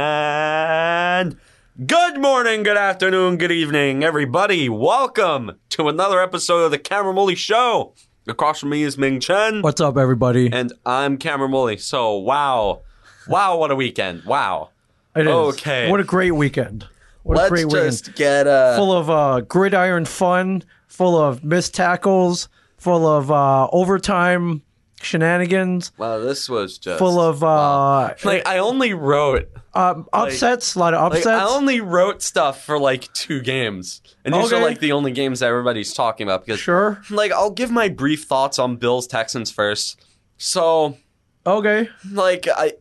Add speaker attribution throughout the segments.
Speaker 1: And good morning, good afternoon, good evening, everybody. Welcome to another episode of the Camera Molly Show. Across from me is Ming Chen,
Speaker 2: What's up, everybody?
Speaker 1: and I'm Camera Molly. So, wow, wow, what a weekend! Wow.
Speaker 2: It is.
Speaker 1: okay.
Speaker 2: What a great weekend. What a
Speaker 3: Let's
Speaker 2: great
Speaker 3: just
Speaker 2: weekend.
Speaker 3: get a.
Speaker 2: Full of uh, gridiron fun, full of missed tackles, full of uh, overtime shenanigans,
Speaker 3: wow, this was just
Speaker 2: full of uh,
Speaker 1: Like I only wrote,
Speaker 2: um, upsets, a lot of
Speaker 1: like
Speaker 2: upsets.
Speaker 1: I only wrote stuff for like two games, and these are
Speaker 2: Okay.
Speaker 1: like the only games that everybody's talking about because
Speaker 2: sure.
Speaker 1: like I'll give my brief thoughts on Bills Texans first. So,
Speaker 2: Okay.
Speaker 1: like I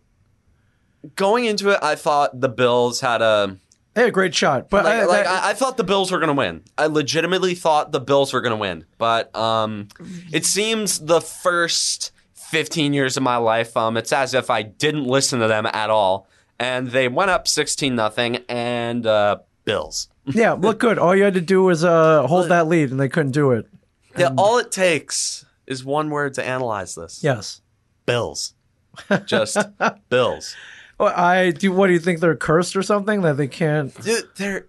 Speaker 1: going into it, I thought the Bills had a
Speaker 2: They had a great shot, but
Speaker 1: like,
Speaker 2: I,
Speaker 1: like,
Speaker 2: that-
Speaker 1: I, I thought the Bills were going to win. I legitimately thought the Bills were going to win, but um, it seems the first 15 years of my life, um, it's as if I didn't listen to them at all, and they went up 16 nothing and uh, Bills.
Speaker 2: yeah, look good. All you had to do was uh, hold that lead, and they couldn't do it.
Speaker 1: Yeah, all it takes is one word to analyze this.
Speaker 2: Yes.
Speaker 1: Bills. Just Bills.
Speaker 2: Well, I do. What do you think? They're cursed or something that they can't.
Speaker 1: Dude, they're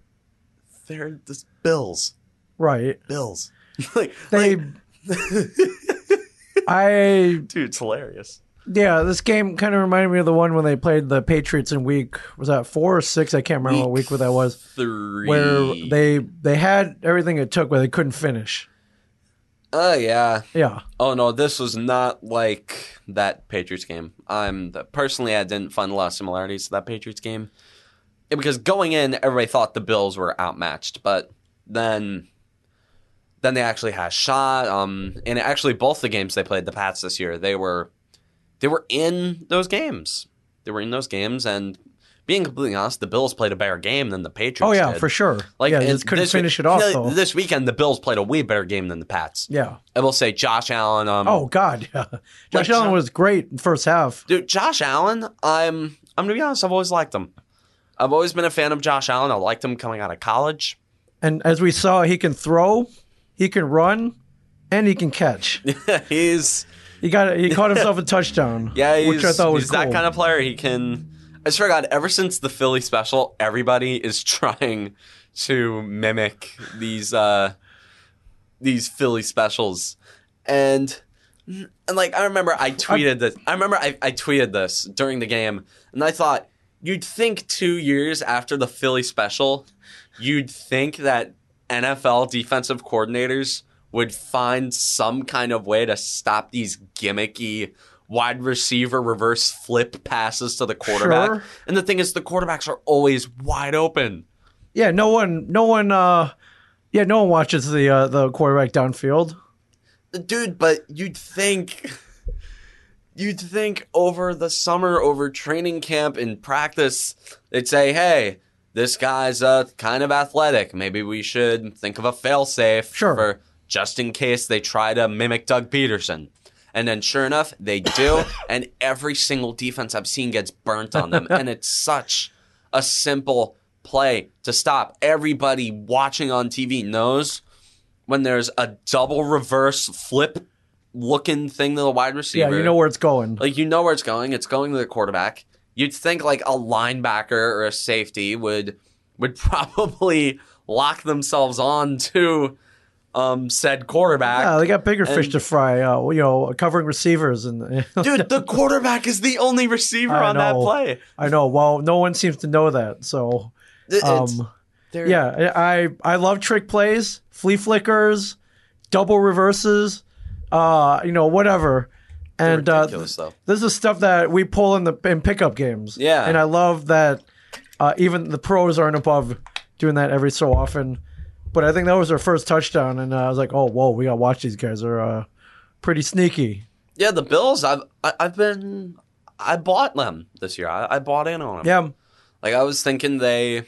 Speaker 1: they're just Bills.
Speaker 2: Right.
Speaker 1: Bills. like,
Speaker 2: They.
Speaker 1: like,
Speaker 2: I
Speaker 1: dude, it's hilarious.
Speaker 2: Yeah, this game kind of reminded me of the one when they played the Patriots in week was that four or six? I can't remember what week that was.
Speaker 1: Three.
Speaker 2: Where they they had everything it took, but they couldn't finish.
Speaker 1: Oh yeah.
Speaker 2: Yeah,
Speaker 1: Oh no, this was not like that Patriots game. I'm personally, I didn't find a lot of similarities to that Patriots game, Yeah, because going in, everybody thought the Bills were outmatched, but then, then they actually had a shot. Um, and actually, both the games they played the Pats this year, they were, they were in those games. They were in those games, and being completely honest, the Bills played a better game than the Patriots.
Speaker 2: oh yeah,
Speaker 1: did.
Speaker 2: for sure. Like yeah, they
Speaker 1: and
Speaker 2: just couldn't
Speaker 1: this we-
Speaker 2: finish it off
Speaker 1: you know,
Speaker 2: though.
Speaker 1: This weekend, the Bills played a way better game than the Pats.
Speaker 2: yeah.
Speaker 1: I will say Josh Allen. Um,
Speaker 2: Oh god, yeah. Josh
Speaker 1: Like,
Speaker 2: Allen
Speaker 1: so-
Speaker 2: was great in first half.
Speaker 1: dude, Josh Allen. I'm I'm gonna be honest. I've always liked him. I've always been a fan of Josh Allen. I liked him coming out of college.
Speaker 2: And as we saw, he can throw, he can run, and he can catch.
Speaker 1: he's
Speaker 2: He got he caught himself a touchdown.
Speaker 1: yeah, he's,
Speaker 2: which I thought was
Speaker 1: he's that
Speaker 2: cool.
Speaker 1: kind of player. He can. I swear to God, ever since the Philly special, everybody is trying to mimic these uh these Philly specials, and and like I remember I tweeted this. I remember I, I tweeted this during the game, and I thought you'd think two years after the Philly special, you'd think that NFL defensive coordinators would find some kind of way to stop these gimmicky wide receiver reverse flip passes to the quarterback.
Speaker 2: Sure.
Speaker 1: And the thing is, the quarterbacks are always wide open.
Speaker 2: yeah. No one, no one, uh, yeah, no one watches the uh, the quarterback downfield.
Speaker 1: dude but you'd think you'd think over the summer over training camp and practice they'd say hey this guy's uh, kind of athletic maybe we should think of a failsafe
Speaker 2: Sure.
Speaker 1: for just in case they try to mimic doug peterson and then sure enough they do and every single defense i've seen gets burnt on them and it's such a simple play to stop everybody watching on tv knows when there's a double reverse flip looking thing to the wide receiver.
Speaker 2: Yeah, you know where it's going.
Speaker 1: like you know where it's going. It's going to the quarterback. You'd think like a linebacker or a safety would would probably lock themselves on to um said quarterback.
Speaker 2: Yeah, Uh, they got bigger fish
Speaker 1: And-
Speaker 2: to fry. Uh, you know, covering receivers and
Speaker 1: Dude, the quarterback is the only receiver
Speaker 2: I
Speaker 1: on that
Speaker 2: know.
Speaker 1: play.
Speaker 2: I know. Well, no one seems to know that. So,
Speaker 1: It- it's-
Speaker 2: um,
Speaker 1: they're-
Speaker 2: yeah, I I love trick plays, flea flickers, double reverses, uh, you know, whatever.
Speaker 1: they're
Speaker 2: And uh,
Speaker 1: ridiculous though.
Speaker 2: this is stuff that we pull in the in pickup games.
Speaker 1: Yeah.
Speaker 2: and I love that. Uh, even the pros aren't above doing that every so often. But I think that was their first touchdown, and uh, I was like, "Oh, whoa, we gotta watch these guys. They're uh, pretty sneaky."
Speaker 1: Yeah, the Bills. I've I, I've been I bought them this year. I, I bought in on them.
Speaker 2: Yeah,
Speaker 1: Like I was thinking they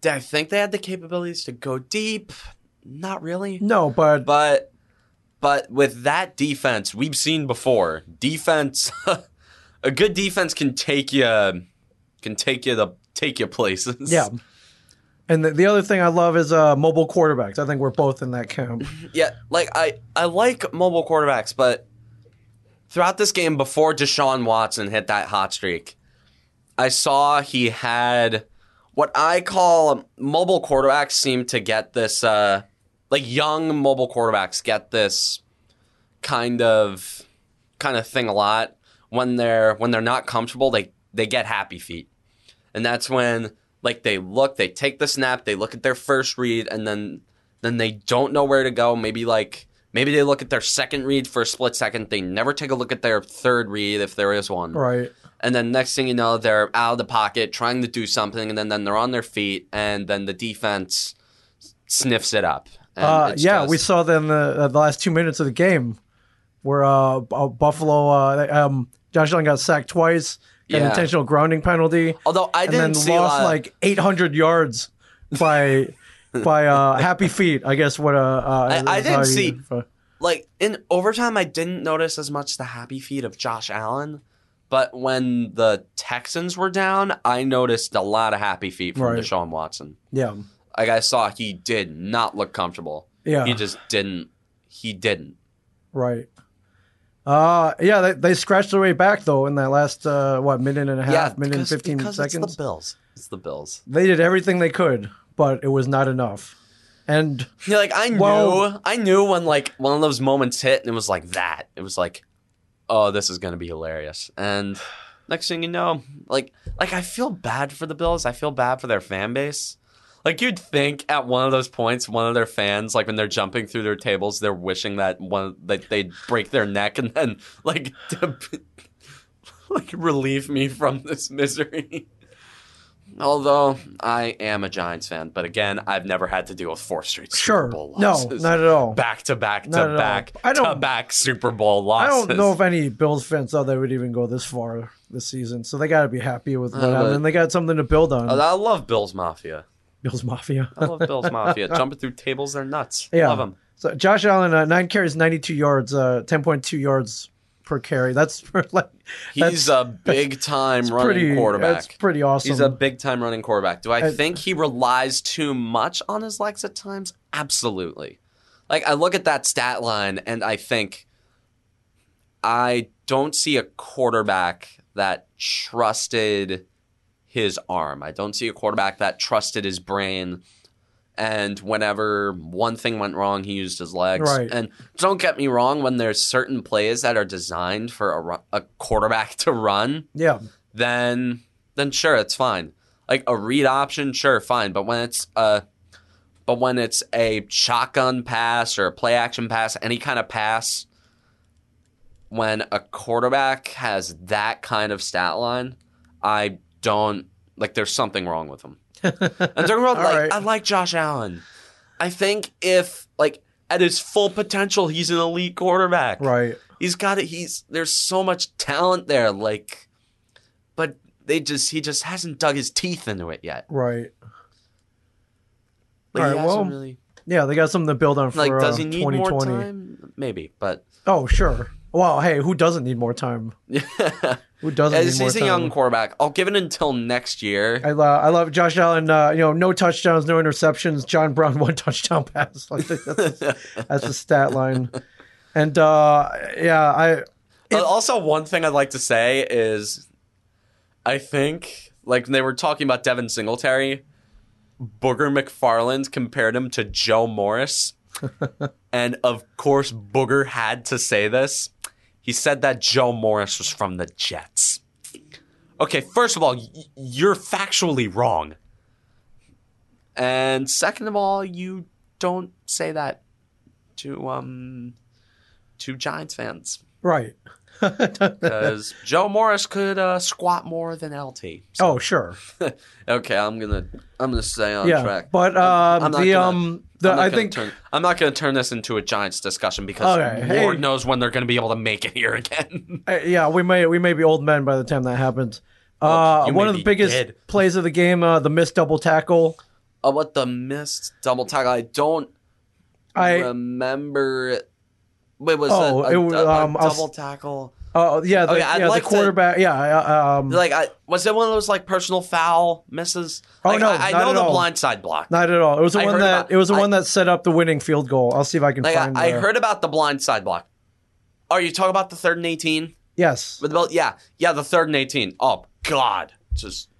Speaker 1: did I think they had the capabilities to go deep? Not really.
Speaker 2: no, but
Speaker 1: But but with that defense, we've seen before. Defense a good defense can take you can take you to take you places.
Speaker 2: Yeah. And the, the other thing I love is uh, mobile quarterbacks. I think we're both in that camp.
Speaker 1: Yeah, like I, I like mobile quarterbacks, but throughout this game before Deshaun Watson hit that hot streak, I saw he had what I call mobile quarterbacks seem to get this uh like young mobile quarterbacks get this kind of kind of thing a lot when they're when they're not comfortable they they get happy feet and that's when like they look they take the snap they look at their first read and then then they don't know where to go maybe like maybe they look at their second read for a split second they never take a look at their third read if there is one
Speaker 2: Right.
Speaker 1: and then next thing you know they're out of the pocket trying to do something and then, then they're on their feet and then the defense sniffs it up and
Speaker 2: Uh,
Speaker 1: it's
Speaker 2: yeah, we
Speaker 1: just-
Speaker 2: saw that in the, uh, the last two minutes of the game where uh, B- uh, Buffalo, uh, um, Josh Allen got sacked twice, got an
Speaker 1: Yeah.
Speaker 2: intentional grounding penalty,
Speaker 1: although i
Speaker 2: and
Speaker 1: didn't
Speaker 2: then
Speaker 1: see a
Speaker 2: lost
Speaker 1: lot-
Speaker 2: like 800 yards by by uh, happy feet. I guess what uh, uh,
Speaker 1: I
Speaker 2: is
Speaker 1: didn't
Speaker 2: how you-
Speaker 1: see-
Speaker 2: uh,
Speaker 1: like in overtime I didn't notice as much the happy feet of Josh Allen, but when the Texans were down, I noticed a lot of happy feet from
Speaker 2: Right.
Speaker 1: Deshaun Watson.
Speaker 2: yeah,
Speaker 1: Like I saw he did not look comfortable.
Speaker 2: yeah,
Speaker 1: He just didn't he didn't.
Speaker 2: right. Uh, yeah, they, they scratched their way back though in that last uh, what minute and a half, minute
Speaker 1: because-
Speaker 2: and 15
Speaker 1: because
Speaker 2: seconds.
Speaker 1: It's the Bills. It's the Bills.
Speaker 2: they did everything they could, but it was not enough. And
Speaker 1: Yeah, like I knew
Speaker 2: Well-
Speaker 1: I knew when like one of those moments hit and it was like that. It was like, oh, this is gonna be hilarious. And next thing you know, like like I feel bad for the Bills. I feel bad for their fan base. Like you'd think at one of those points, one of their fans, like when they're jumping through their tables, they're wishing that one that they'd break their neck and then like to, like relieve me from this misery. Although I am a Giants fan, but again, I've never had to deal with four straight
Speaker 2: sure,
Speaker 1: Super Bowl
Speaker 2: no,
Speaker 1: losses.
Speaker 2: not at all.
Speaker 1: back to back
Speaker 2: Not at
Speaker 1: to
Speaker 2: all.
Speaker 1: back
Speaker 2: I
Speaker 1: to
Speaker 2: don't-
Speaker 1: back Super Bowl
Speaker 2: I
Speaker 1: losses.
Speaker 2: don't know if any Bills fans thought they would even go this far this season, so they got to be happy with what
Speaker 1: Uh,
Speaker 2: happened. And they got something to build on.
Speaker 1: I love Bills Mafia.
Speaker 2: Bills Mafia.
Speaker 1: I love Bills Mafia. Jumping through tables, they're nuts.
Speaker 2: Yeah.
Speaker 1: Love them.
Speaker 2: So Josh Allen, uh, nine carries, ninety-two yards, uh, ten point two yards per carry. That's like
Speaker 1: He's
Speaker 2: That's-
Speaker 1: a big time running
Speaker 2: pretty That's
Speaker 1: quarterback.
Speaker 2: pretty awesome.
Speaker 1: He's a big time running quarterback. Do I
Speaker 2: I-
Speaker 1: think he relies too much on his legs at times? Absolutely. Like I look at that stat line and I think I don't see a quarterback that trusted his arm. I don't see a quarterback that trusted his brain. And whenever one thing went wrong, he used his legs.
Speaker 2: Right.
Speaker 1: And don't get me wrong, when there's certain plays that are designed for a, ru- a quarterback to run,
Speaker 2: yeah,
Speaker 1: then then sure it's fine like a read option sure fine but when it's uh but when it's a shotgun pass or a play action pass any kind of pass when a quarterback has that kind of stat line i don't like there's something wrong with him and don't get me wrong,
Speaker 2: All
Speaker 1: like
Speaker 2: right.
Speaker 1: i like josh allen i think if like at his full potential he's an elite quarterback
Speaker 2: right.
Speaker 1: he's got it. He's there's so much talent there. Like, but they just he just hasn't dug his teeth into it yet.
Speaker 2: Right.
Speaker 1: Like,
Speaker 2: All
Speaker 1: he
Speaker 2: right,
Speaker 1: hasn't
Speaker 2: well,
Speaker 1: really.
Speaker 2: Yeah, they got something to build on for
Speaker 1: Like, does he
Speaker 2: uh,
Speaker 1: need
Speaker 2: 2020.
Speaker 1: more time? Maybe, but
Speaker 2: Oh, sure. Well, hey, who doesn't need more time? Who doesn't
Speaker 1: As
Speaker 2: need more
Speaker 1: he's a
Speaker 2: time?
Speaker 1: young quarterback, I'll give it until next year.
Speaker 2: I love, I love Josh Allen. Uh, you know, no touchdowns, no interceptions. John Brown, one touchdown pass. Like that's, that's the stat line. And uh, yeah, I
Speaker 1: Uh, also, one thing I'd like to say is, I think like when they were talking about Devin Singletary, Booger McFarland compared him to Joe Morris, and of course Booger had to say this. He said that Joe Morris was from the Jets. Okay, first of all, y- you're factually wrong, and second of all, you don't say that to um to Giants fans
Speaker 2: right.
Speaker 1: because Joe Morris could uh, squat more than LT. So-
Speaker 2: Oh, sure.
Speaker 1: okay, I'm gonna I'm gonna stay on
Speaker 2: Oh. yeah,
Speaker 1: track.
Speaker 2: but
Speaker 1: I'm-
Speaker 2: um,
Speaker 1: I'm not
Speaker 2: the
Speaker 1: gonna-
Speaker 2: um,
Speaker 1: I'm
Speaker 2: the
Speaker 1: not
Speaker 2: I
Speaker 1: gonna
Speaker 2: think
Speaker 1: turn, I'm not going to turn this into a Giants discussion because
Speaker 2: Okay, hey.
Speaker 1: Lord knows when they're going to be able to make it here again.
Speaker 2: uh, yeah, we may we may be old men by the time that happens. Uh,
Speaker 1: you
Speaker 2: one
Speaker 1: may
Speaker 2: of the
Speaker 1: be
Speaker 2: biggest
Speaker 1: dead.
Speaker 2: plays of the game, uh, the missed double tackle.
Speaker 1: uh, what the missed double tackle? I don't
Speaker 2: I
Speaker 1: remember. It. Wait, was
Speaker 2: Oh,
Speaker 1: it a,
Speaker 2: it was,
Speaker 1: a- a
Speaker 2: um, I'll s-
Speaker 1: double tackle?
Speaker 2: Oh yeah, the,
Speaker 1: Okay, I'd
Speaker 2: yeah,
Speaker 1: like
Speaker 2: the
Speaker 1: to-
Speaker 2: quarterback. yeah, I- um,
Speaker 1: Like, I, was it one of those like personal foul misses?
Speaker 2: Oh,
Speaker 1: Like,
Speaker 2: no,
Speaker 1: I, I
Speaker 2: not
Speaker 1: know
Speaker 2: at
Speaker 1: the
Speaker 2: all.
Speaker 1: blind side block.
Speaker 2: not at all. It was the
Speaker 1: I
Speaker 2: one
Speaker 1: heard
Speaker 2: that
Speaker 1: about-
Speaker 2: it was the
Speaker 1: I-
Speaker 2: one that set up the winning field goal. I'll see if I can
Speaker 1: Like,
Speaker 2: find.
Speaker 1: I, I
Speaker 2: the-
Speaker 1: heard about the blind side block. Are you talking about the third and eighteen?
Speaker 2: yes,
Speaker 1: With the belt? Yeah, yeah, the third and eighteen. Oh God, just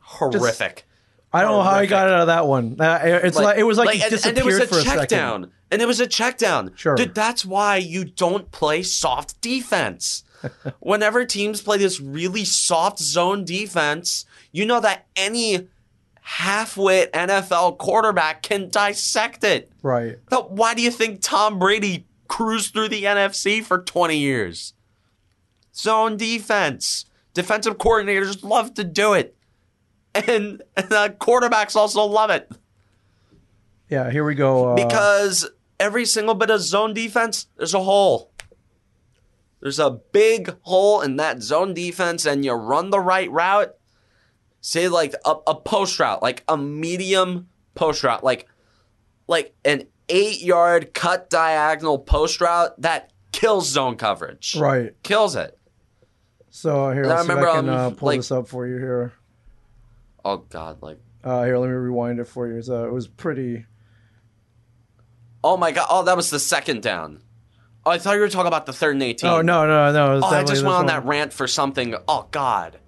Speaker 1: horrific.
Speaker 2: I don't know how he got out of that one. Uh, it- it's like, it was like, he
Speaker 1: and-
Speaker 2: disappeared
Speaker 1: and, there was a
Speaker 2: for a
Speaker 1: check
Speaker 2: second.
Speaker 1: down, and it was a check down.
Speaker 2: Sure.
Speaker 1: dude, that's why you don't play soft defense. Whenever teams play this really soft zone defense, you know that any half-wit NFL quarterback can dissect it.
Speaker 2: Right.
Speaker 1: Now, why do you think Tom Brady cruised through the NFC for 20 years? Zone defense. Defensive coordinators love to do it. And, and uh, quarterbacks also love it
Speaker 2: Yeah. Here we go. Uh,
Speaker 1: because every single bit of zone defense, there's a hole. There's a big hole in that zone defense, and you run the right route. Say like a, a post route, like a medium post route, like like an eight yard cut diagonal post route that kills zone coverage,
Speaker 2: right.
Speaker 1: kills it.
Speaker 2: So uh, here,
Speaker 1: And I
Speaker 2: I'll see if I
Speaker 1: remember,
Speaker 2: can
Speaker 1: um,
Speaker 2: uh, pull
Speaker 1: like-
Speaker 2: this up for you here.
Speaker 1: Oh God, like
Speaker 2: Uh, here, let me rewind it for you. It's, uh, it was pretty.
Speaker 1: oh my God, oh that was the second down. Oh, I thought you were talking about the third and eighteen.
Speaker 2: Oh no, no, no! It was
Speaker 1: Oh, I
Speaker 2: definitely
Speaker 1: just
Speaker 2: this
Speaker 1: went on
Speaker 2: one.
Speaker 1: that rant for something. Oh God,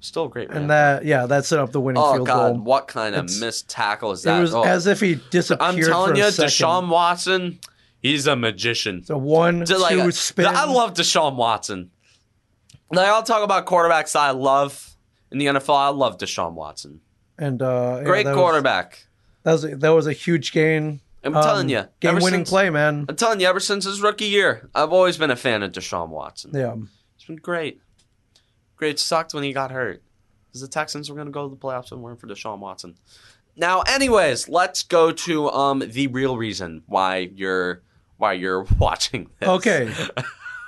Speaker 1: still a great rant.
Speaker 2: And that, yeah, that set up the winning
Speaker 1: oh
Speaker 2: field
Speaker 1: God,
Speaker 2: goal.
Speaker 1: what kind of
Speaker 2: It's-
Speaker 1: missed tackle is
Speaker 2: It
Speaker 1: that?
Speaker 2: was
Speaker 1: Oh,
Speaker 2: as if he
Speaker 1: I'm
Speaker 2: disappeared.
Speaker 1: telling
Speaker 2: for
Speaker 1: you,
Speaker 2: a second.
Speaker 1: Deshaun Watson, he's a magician.
Speaker 2: So one,
Speaker 1: To, like,
Speaker 2: two,
Speaker 1: uh,
Speaker 2: spin.
Speaker 1: I love Deshaun Watson. Like I'll talk about quarterbacks that I love in the NFL. I love Deshaun Watson,
Speaker 2: and uh, yeah,
Speaker 1: great
Speaker 2: that was-
Speaker 1: quarterback.
Speaker 2: that was a- that was a huge gain.
Speaker 1: I'm
Speaker 2: um,
Speaker 1: telling you,
Speaker 2: game
Speaker 1: ever
Speaker 2: winning
Speaker 1: since-
Speaker 2: play, man.
Speaker 1: I'm telling you, ever since his rookie year, I've always been a fan of Deshaun Watson.
Speaker 2: Yeah,
Speaker 1: It's been great. Great sucked when he got hurt. Because the Texans were going to go to the playoffs and weren't for Deshaun Watson. Now, anyways, let's go to um the real reason why you're why you're watching this.
Speaker 2: Okay.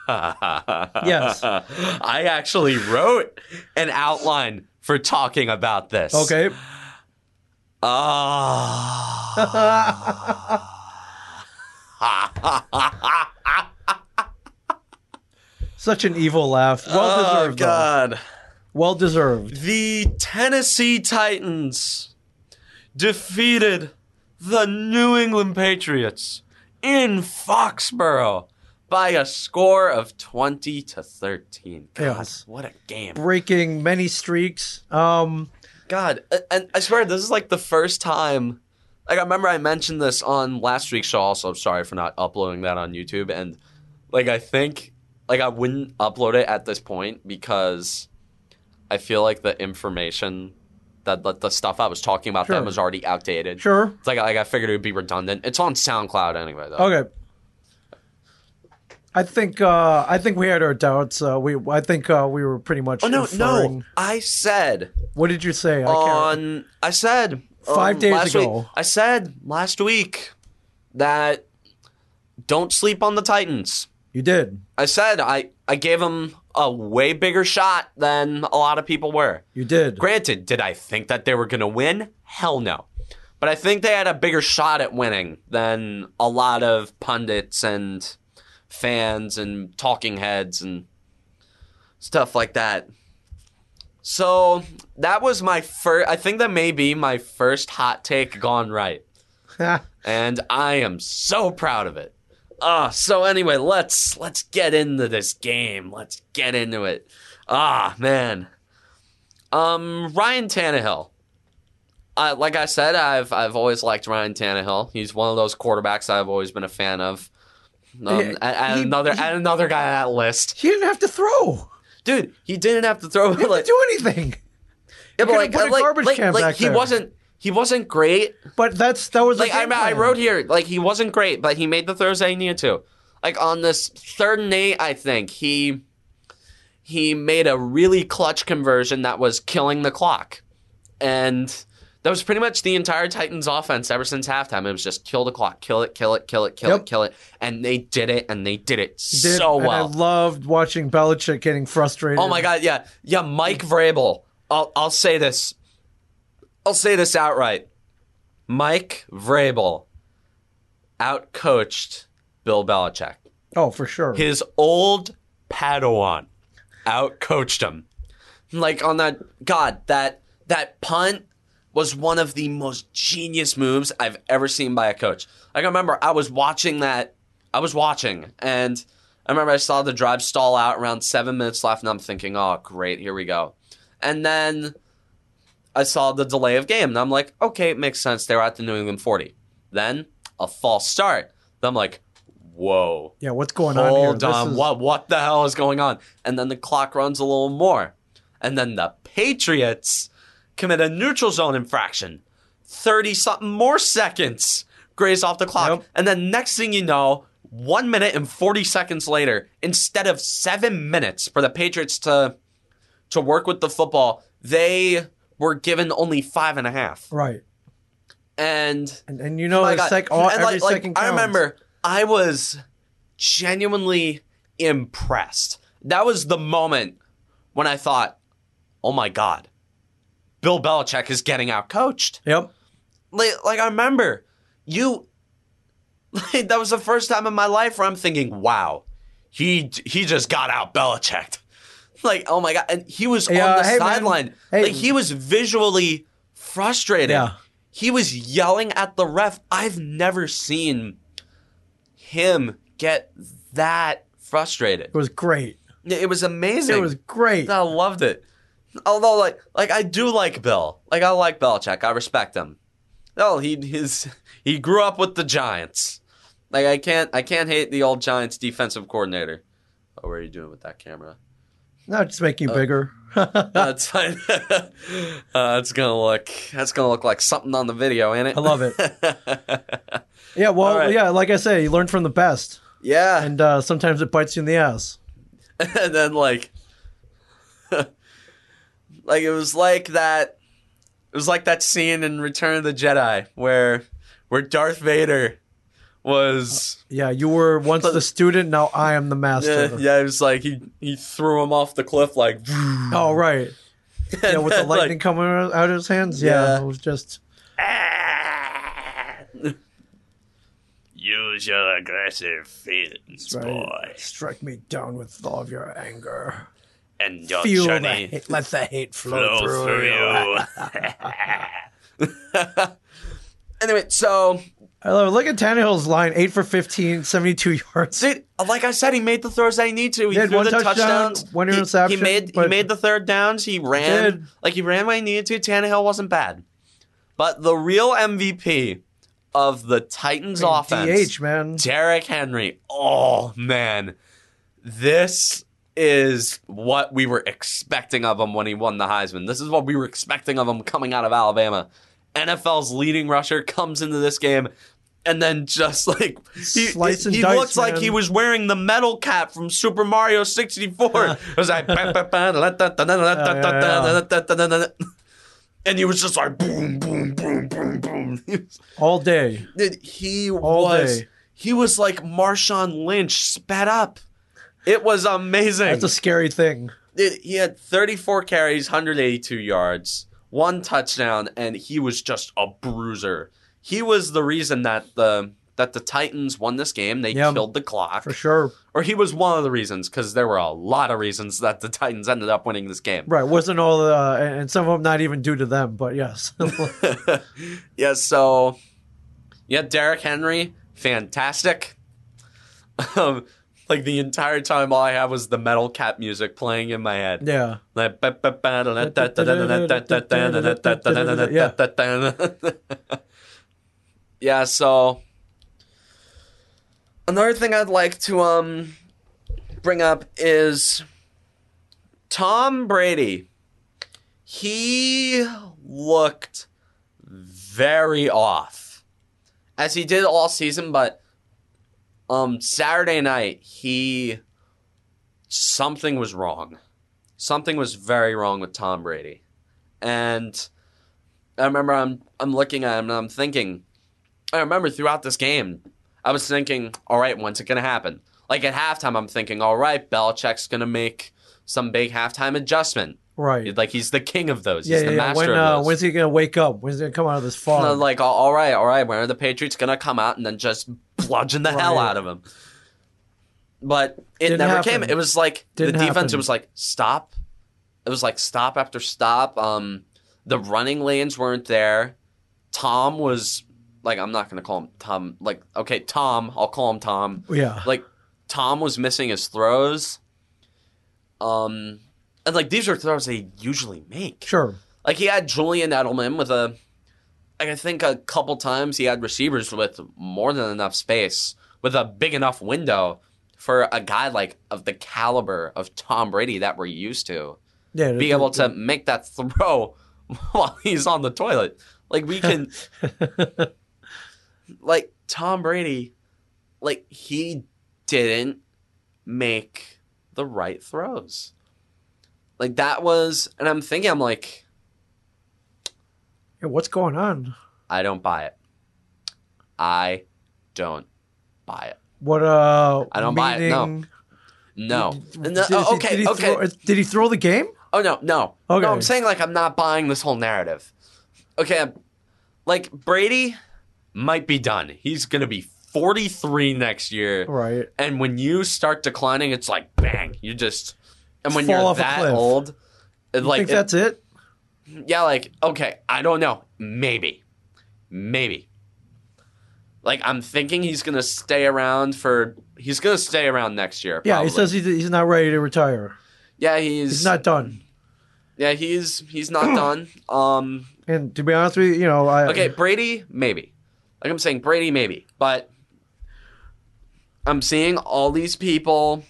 Speaker 1: yes. I actually wrote an outline for talking about this.
Speaker 2: okay.
Speaker 1: Ah.
Speaker 2: Such an evil laugh. Well
Speaker 1: oh
Speaker 2: deserved. though.
Speaker 1: God.
Speaker 2: Well deserved.
Speaker 1: The Tennessee Titans defeated the New England Patriots in Foxborough by a score of 20 to 13. God,
Speaker 2: Yes.
Speaker 1: what a game.
Speaker 2: Breaking many streaks. Um,
Speaker 1: God, a- and I swear this is like the first time. Like I remember I mentioned this on last week's show. Also, I'm sorry for not uploading that on YouTube. And like I think, like I wouldn't upload it at this point because I feel like the information that that the stuff I was talking about
Speaker 2: Sure.
Speaker 1: then was already outdated.
Speaker 2: sure.
Speaker 1: It's like, like I figured it would be redundant. It's on SoundCloud anyway, though.
Speaker 2: Okay. I think uh, I think we had our doubts. Uh, we I think uh, we were pretty much.
Speaker 1: Oh no,
Speaker 2: inferring-
Speaker 1: no! I said
Speaker 2: What did you say? I can't.
Speaker 1: on I said um,
Speaker 2: Five days
Speaker 1: last
Speaker 2: ago.
Speaker 1: week- I said last week that don't sleep on the Titans.
Speaker 2: You did.
Speaker 1: I said I I gave them a way bigger shot than a lot of people were.
Speaker 2: You did.
Speaker 1: Granted, did I think that they were going to win? Hell no. But I think they had a bigger shot at winning than a lot of pundits and fans and talking heads and stuff like that. So that was my first. I think that may be my first hot take gone right, and I am so proud of it. Ah, so anyway, let's let's get into this game. Let's get into it. Ah, man. Um, Ryan Tannehill. I, like I said, I've I've always liked Ryan Tannehill. He's one of those quarterbacks I've always been a fan of. Um,
Speaker 2: Yeah,
Speaker 1: and, and
Speaker 2: he-
Speaker 1: another
Speaker 2: he-
Speaker 1: and another guy on that list,
Speaker 2: he didn't have to throw.
Speaker 1: dude. He didn't have to throw.
Speaker 2: He didn't have
Speaker 1: like,
Speaker 2: to do anything.
Speaker 1: yeah,
Speaker 2: could've put a garbage can back
Speaker 1: he
Speaker 2: there.
Speaker 1: wasn't. He wasn't great.
Speaker 2: But that's that was the
Speaker 1: Like I,
Speaker 2: game
Speaker 1: I
Speaker 2: plan.
Speaker 1: wrote here, like he wasn't great, but he made the throws that he needed to. Like on this third and eight, I think he he made a really clutch conversion that was killing the clock, and that was pretty much the entire Titans' offense ever since halftime. It was just kill the clock, kill it, kill it, kill it, kill
Speaker 2: Yep.
Speaker 1: it, kill it, and they did it, and they did it
Speaker 2: You did,
Speaker 1: so
Speaker 2: and
Speaker 1: well.
Speaker 2: I loved watching Belichick getting frustrated.
Speaker 1: Oh my god, yeah, yeah. Mike Vrabel. I'll I'll say this. I'll say this outright. Mike Vrabel outcoached Bill Belichick.
Speaker 2: Oh, for sure.
Speaker 1: His old
Speaker 3: Padawan.
Speaker 1: Out coached him. Like on that God, that that punt was one of the most genius moves I've ever seen by a coach. Like I remember I was watching that I was watching and I remember I saw the drive stall out around seven minutes left and I'm thinking, oh great, here we go. And then I saw the delay of game and I'm like, okay, it makes sense. They were at the New England 40. Then a false start. Then I'm like, whoa.
Speaker 2: Yeah, what's going on here?
Speaker 1: Hold
Speaker 2: This
Speaker 1: on,
Speaker 2: is-
Speaker 1: what what the hell is going on? And then the clock runs a little more, and then the Patriots commit a neutral zone infraction, thirty something more seconds graze off the clock,
Speaker 2: Yep.
Speaker 1: and then next thing you know, one minute and forty seconds later, instead of seven minutes for the Patriots to to work with the football, they were given only five and a half,
Speaker 2: Right.
Speaker 1: and
Speaker 2: And, and you know,
Speaker 1: Oh my
Speaker 2: it's
Speaker 1: God.
Speaker 2: like all,
Speaker 1: And,
Speaker 2: every
Speaker 1: like- like,
Speaker 2: second
Speaker 1: I
Speaker 2: counts.
Speaker 1: remember I was genuinely impressed. That was the moment when I thought, "Oh my god, Bill Belichick is getting out coached."
Speaker 2: Yep.
Speaker 1: Like, like I remember you. Like, that was the first time in my life where I'm thinking, "Wow, he he just got out Belichick." Like, oh my god, and he was
Speaker 2: Yeah,
Speaker 1: on the
Speaker 2: hey, man.
Speaker 1: sideline.
Speaker 2: Hey.
Speaker 1: Like, he was visually frustrated.
Speaker 2: Yeah.
Speaker 1: He was yelling at the ref. I've never seen him get that frustrated.
Speaker 2: It was great.
Speaker 1: It was amazing.
Speaker 2: It was great.
Speaker 1: I loved it. Although, like, like I do like Bill. Like, I like Belichick. I respect him. No, he his he grew up with the Giants. Like, I can't I can't hate the old Giants defensive coordinator. Oh, what are you doing with that camera?
Speaker 2: Not just
Speaker 1: Uh,
Speaker 2: making you bigger.
Speaker 1: That's fine. uh, that's gonna look that's gonna look like something on the video, ain't it?
Speaker 2: I love it. yeah, well,
Speaker 1: all right.
Speaker 2: yeah, like I say, you learn from the best,
Speaker 1: yeah.
Speaker 2: and uh, sometimes it bites you in the ass.
Speaker 1: and then like like it was like that it was like that scene in return of the jedi where where darth vader was
Speaker 2: Yeah, you were once the student, now I am the master.
Speaker 1: yeah, yeah it was like he he threw him off the cliff like
Speaker 2: Oh, right. Yeah, with the
Speaker 1: like-
Speaker 2: lightning coming out of his hands. Yeah,
Speaker 1: Yeah.
Speaker 2: it was just.
Speaker 3: Use your aggressive feelings,
Speaker 2: Right.
Speaker 3: boy,
Speaker 2: Strike me down with all of your anger.
Speaker 3: and your
Speaker 2: Feel the
Speaker 3: journey
Speaker 2: hate. Let the hate flow,
Speaker 3: flow
Speaker 2: through,
Speaker 3: through
Speaker 2: you.
Speaker 3: you.
Speaker 1: anyway so
Speaker 2: I love it. Look at Tannehill's line: eight for 15, 72 yards.
Speaker 1: dude, like i said he made the throws that he needed to he,
Speaker 2: He had
Speaker 1: threw
Speaker 2: one
Speaker 1: the
Speaker 2: touchdown,
Speaker 1: touchdowns
Speaker 2: one
Speaker 1: He- he,
Speaker 2: interception,
Speaker 1: made he
Speaker 2: but-
Speaker 1: made the third downs he ran
Speaker 2: did.
Speaker 1: like he ran when he needed to Tannehill wasn't bad but the real mvp of the titans offense
Speaker 2: DH man.
Speaker 1: Derrick Henry. Oh man, this is what we were expecting of him when he won the Heisman. This is what we were expecting of him coming out of Alabama. NFL's leading rusher comes into this game and then just like he,
Speaker 2: Slice and
Speaker 1: he
Speaker 2: dice,
Speaker 1: looks like
Speaker 2: man.
Speaker 1: he was wearing the metal cap from Super Mario 64. it was like "Ba, ba, ba, da, da, da, da, da, da,
Speaker 2: Yeah,
Speaker 1: da,
Speaker 2: yeah, yeah.
Speaker 1: da, da, da, da, da, da." and he was just like boom boom boom boom boom. He was-
Speaker 2: All day.
Speaker 1: Dude, he
Speaker 2: All
Speaker 1: was
Speaker 2: day.
Speaker 1: he was like Marshawn Lynch sped up. It was amazing.
Speaker 2: That's a scary thing.
Speaker 1: Dude, he had 34 carries, 182 yards, one touchdown, and he was just a bruiser. He was the reason that the that the Titans won this game. They
Speaker 2: Yeah,
Speaker 1: killed the clock,
Speaker 2: For sure.
Speaker 1: or he was one of the reasons because there were a lot of reasons that the Titans ended up winning this game.
Speaker 2: Right. Wasn't all the, uh, and and some of them not even due to them, but yes.
Speaker 1: yeah, so yeah, Derrick Henry, fantastic. Um, like the entire time, all I had was the metal cap music playing in my head.
Speaker 2: yeah.
Speaker 1: Like, ba- ba- ba- da- da- da- da- da- da- da- da- da- da- da- da- da- da- da- da- da- Yeah, so another thing I'd like to um bring up is Tom Brady. He looked very off. As he did all season, but um Saturday night he something was wrong something was very wrong with Tom Brady. And I remember I'm I'm looking at him and I'm thinking I remember throughout this game, I was thinking, all right, when's it gonna happen? Like at halftime I'm thinking, all right, Belichick's gonna make some big halftime adjustment.
Speaker 2: Right.
Speaker 1: Like he's the king of those.
Speaker 2: Yeah,
Speaker 1: he's
Speaker 2: yeah,
Speaker 1: the
Speaker 2: yeah.
Speaker 1: master
Speaker 2: When,
Speaker 1: of
Speaker 2: uh,
Speaker 1: those.
Speaker 2: when's he going to wake up? When's he going to come out of this fog?
Speaker 1: And I'm like, all- all right, all right, when are the Patriots gonna come out and then just bludgeon the hell
Speaker 2: Right.
Speaker 1: out of him? but it
Speaker 2: Didn't
Speaker 1: never
Speaker 2: happen.
Speaker 1: came. It was like
Speaker 2: Didn't
Speaker 1: the defense.
Speaker 2: happen.
Speaker 1: It was like stop. It was like stop after stop. Um, the running lanes weren't there. Tom was like, I'm not gonna call him Tom. Like, okay, Tom. I'll call him Tom.
Speaker 2: Yeah.
Speaker 1: Like, Tom was missing his throws. Um, and like these are throws they usually make.
Speaker 2: Sure.
Speaker 1: Like he had Julian Edelman with a, like I think a couple times he had receivers with more than enough space, with a big enough window for a guy like of the caliber of Tom Brady that we're used to
Speaker 2: Yeah.
Speaker 1: be able to make that throw while he's on the toilet. Like we can, like Tom Brady, like he didn't make the right throws. Like that was, and I'm thinking, I'm like.
Speaker 2: Yeah, what's going on?
Speaker 1: I don't buy it. I don't buy it.
Speaker 2: What uh?
Speaker 1: I don't buy it, no.
Speaker 2: meeting-
Speaker 1: No.
Speaker 2: Did-
Speaker 1: No, oh,
Speaker 2: did he-
Speaker 1: okay,
Speaker 2: did he
Speaker 1: okay.
Speaker 2: throw- did he throw the game?
Speaker 1: Oh no, no.
Speaker 2: Okay.
Speaker 1: No, I'm saying like I'm not buying this whole narrative. Okay, I'm- like Brady might be done. He's gonna be 43 next year,
Speaker 2: Right.
Speaker 1: and when you start declining, it's like bang. You just and when
Speaker 2: Fall
Speaker 1: you're
Speaker 2: off a
Speaker 1: that
Speaker 2: cliff.
Speaker 1: old, it,
Speaker 2: Like
Speaker 1: like
Speaker 2: think
Speaker 1: it-
Speaker 2: that's it.
Speaker 1: yeah, like, okay, I don't know. Maybe. Maybe. Like, I'm thinking he's going to stay around for. He's going to stay around next year.
Speaker 2: Yeah,
Speaker 1: probably.
Speaker 2: he says he's, he's not ready to retire.
Speaker 1: Yeah, he's,
Speaker 2: He's not done.
Speaker 1: Yeah, he's he's not done. Um,
Speaker 2: And to be honest with you, you know, I
Speaker 1: okay, Brady, maybe. Like I'm saying, Brady, maybe. But I'm seeing all these people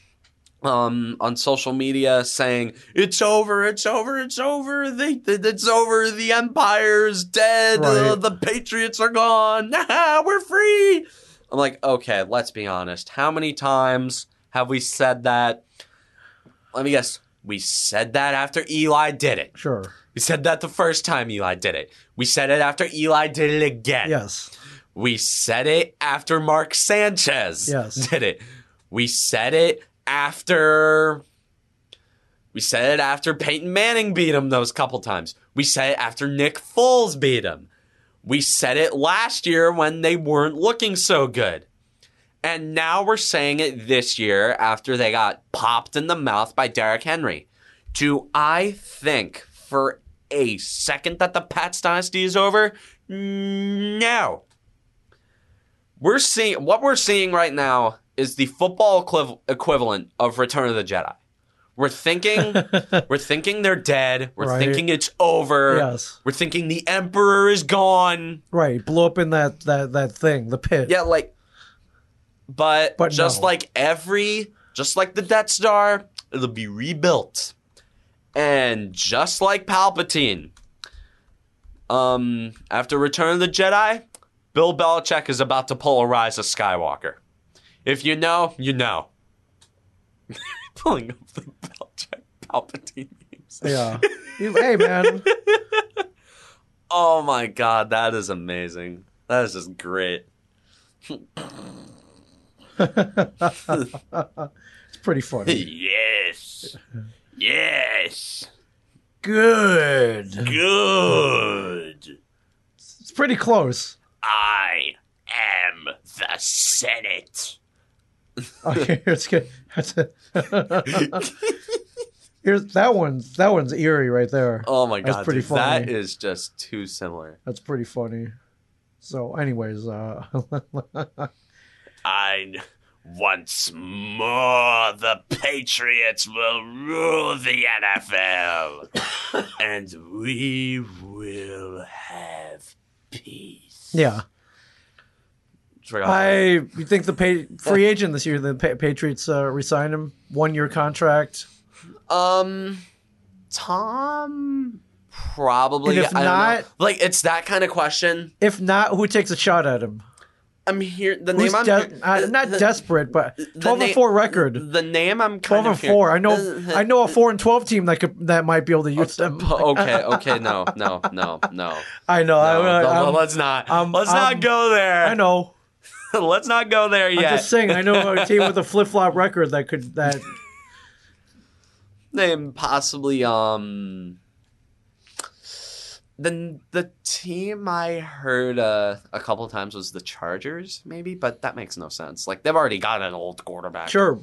Speaker 1: um, on social media saying it's over, it's over, it's over. They, they- it's over. The empire is dead.
Speaker 2: Right.
Speaker 1: Uh, the Patriots are gone. Nah, we're free. I'm like, okay, let's be honest. How many times have we said that? Let me guess. We said that after Eli did it.
Speaker 2: sure.
Speaker 1: We said that the first time Eli did it. We said it after Eli did it again.
Speaker 2: Yes.
Speaker 1: We said it after Mark Sanchez
Speaker 2: Yes.
Speaker 1: did it. We said it after we said it after Peyton Manning beat him those couple times. We said it after Nick Foles beat him. We said it last year when they weren't looking so good. And now we're saying it this year after they got popped in the mouth by Derrick Henry. Do I think for a second that the Pats dynasty is over? No. We're seeing what we're seeing right now is the football equiv- equivalent of Return of the Jedi. We're thinking we're thinking they're dead. We're
Speaker 2: Right.
Speaker 1: thinking it's over.
Speaker 2: Yes.
Speaker 1: We're thinking the emperor is gone.
Speaker 2: Right. Blow up in that that that thing, the pit.
Speaker 1: Yeah, like, but,
Speaker 2: But
Speaker 1: just
Speaker 2: no.
Speaker 1: like every, just like the Death Star, it'll be rebuilt, and just like Palpatine, um, after Return of the Jedi, Bill Belichick is about to polarize a Skywalker. If you know, you know. Pulling up the Belichick Palpatine memes.
Speaker 2: Yeah. You- hey man,
Speaker 1: Oh my god, that is amazing. That is just great.
Speaker 2: it's pretty funny.
Speaker 3: Yes. Yes.
Speaker 2: Good.
Speaker 3: Good.
Speaker 2: It's pretty close.
Speaker 3: I am the Senate.
Speaker 2: Okay, it's good. That's it. Here's that one's that one's eerie right there.
Speaker 1: Oh my god,
Speaker 2: That's pretty
Speaker 1: dude, that
Speaker 2: funny.
Speaker 1: is just too similar.
Speaker 2: That's pretty funny. So, anyways, uh,
Speaker 3: I once more the Patriots will rule the NFL and we will have peace.
Speaker 2: yeah,
Speaker 1: Forgot that.
Speaker 2: I you think the pay, free agent this year, the pa- Patriots uh, resigned him, one year contract.
Speaker 1: um, Tom probably.
Speaker 2: And if
Speaker 1: I
Speaker 2: not-
Speaker 1: don't know. like it's that kind of question.
Speaker 2: If not, who takes a shot at him?
Speaker 1: I'm here. The
Speaker 2: Who's
Speaker 1: name I'm
Speaker 2: de- uh,
Speaker 1: the-
Speaker 2: not
Speaker 1: the-
Speaker 2: desperate, but
Speaker 1: the
Speaker 2: twelve and
Speaker 1: na-
Speaker 2: four record.
Speaker 1: The name I'm kind
Speaker 2: Twelve
Speaker 1: of
Speaker 2: and
Speaker 1: hear-
Speaker 2: four. I know. I know a four and twelve team that could that might be able to use them.
Speaker 1: Oh, okay, okay, no, no, no, no.
Speaker 2: I know.
Speaker 1: no. No,
Speaker 2: I, I, I'm-
Speaker 1: let's not.
Speaker 2: I'm-
Speaker 1: let's
Speaker 2: I'm-
Speaker 1: not go there.
Speaker 2: I know.
Speaker 1: let's not go there
Speaker 2: I'm
Speaker 1: yet.
Speaker 2: just saying. I know a team with a flip flop record that could that.
Speaker 1: name possibly um the the team I heard uh, a couple times was the Chargers maybe, but that makes no sense. Like they've already got an old quarterback.
Speaker 2: Sure,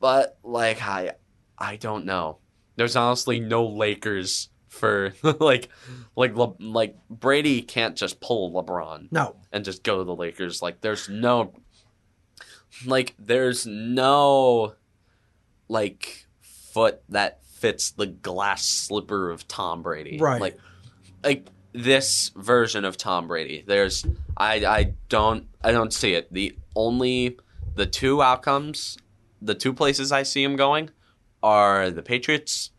Speaker 1: But like I I don't know. There's honestly no Lakers for like like Le- like Brady can't just pull LeBron
Speaker 2: No.
Speaker 1: and just go to the Lakers. Like there's no like there's no like foot that fits the glass slipper of Tom Brady.
Speaker 2: Right.
Speaker 1: Like like this version of Tom Brady. There's I I don't I don't see it. The only the two outcomes, the two places I see him going are the Patriots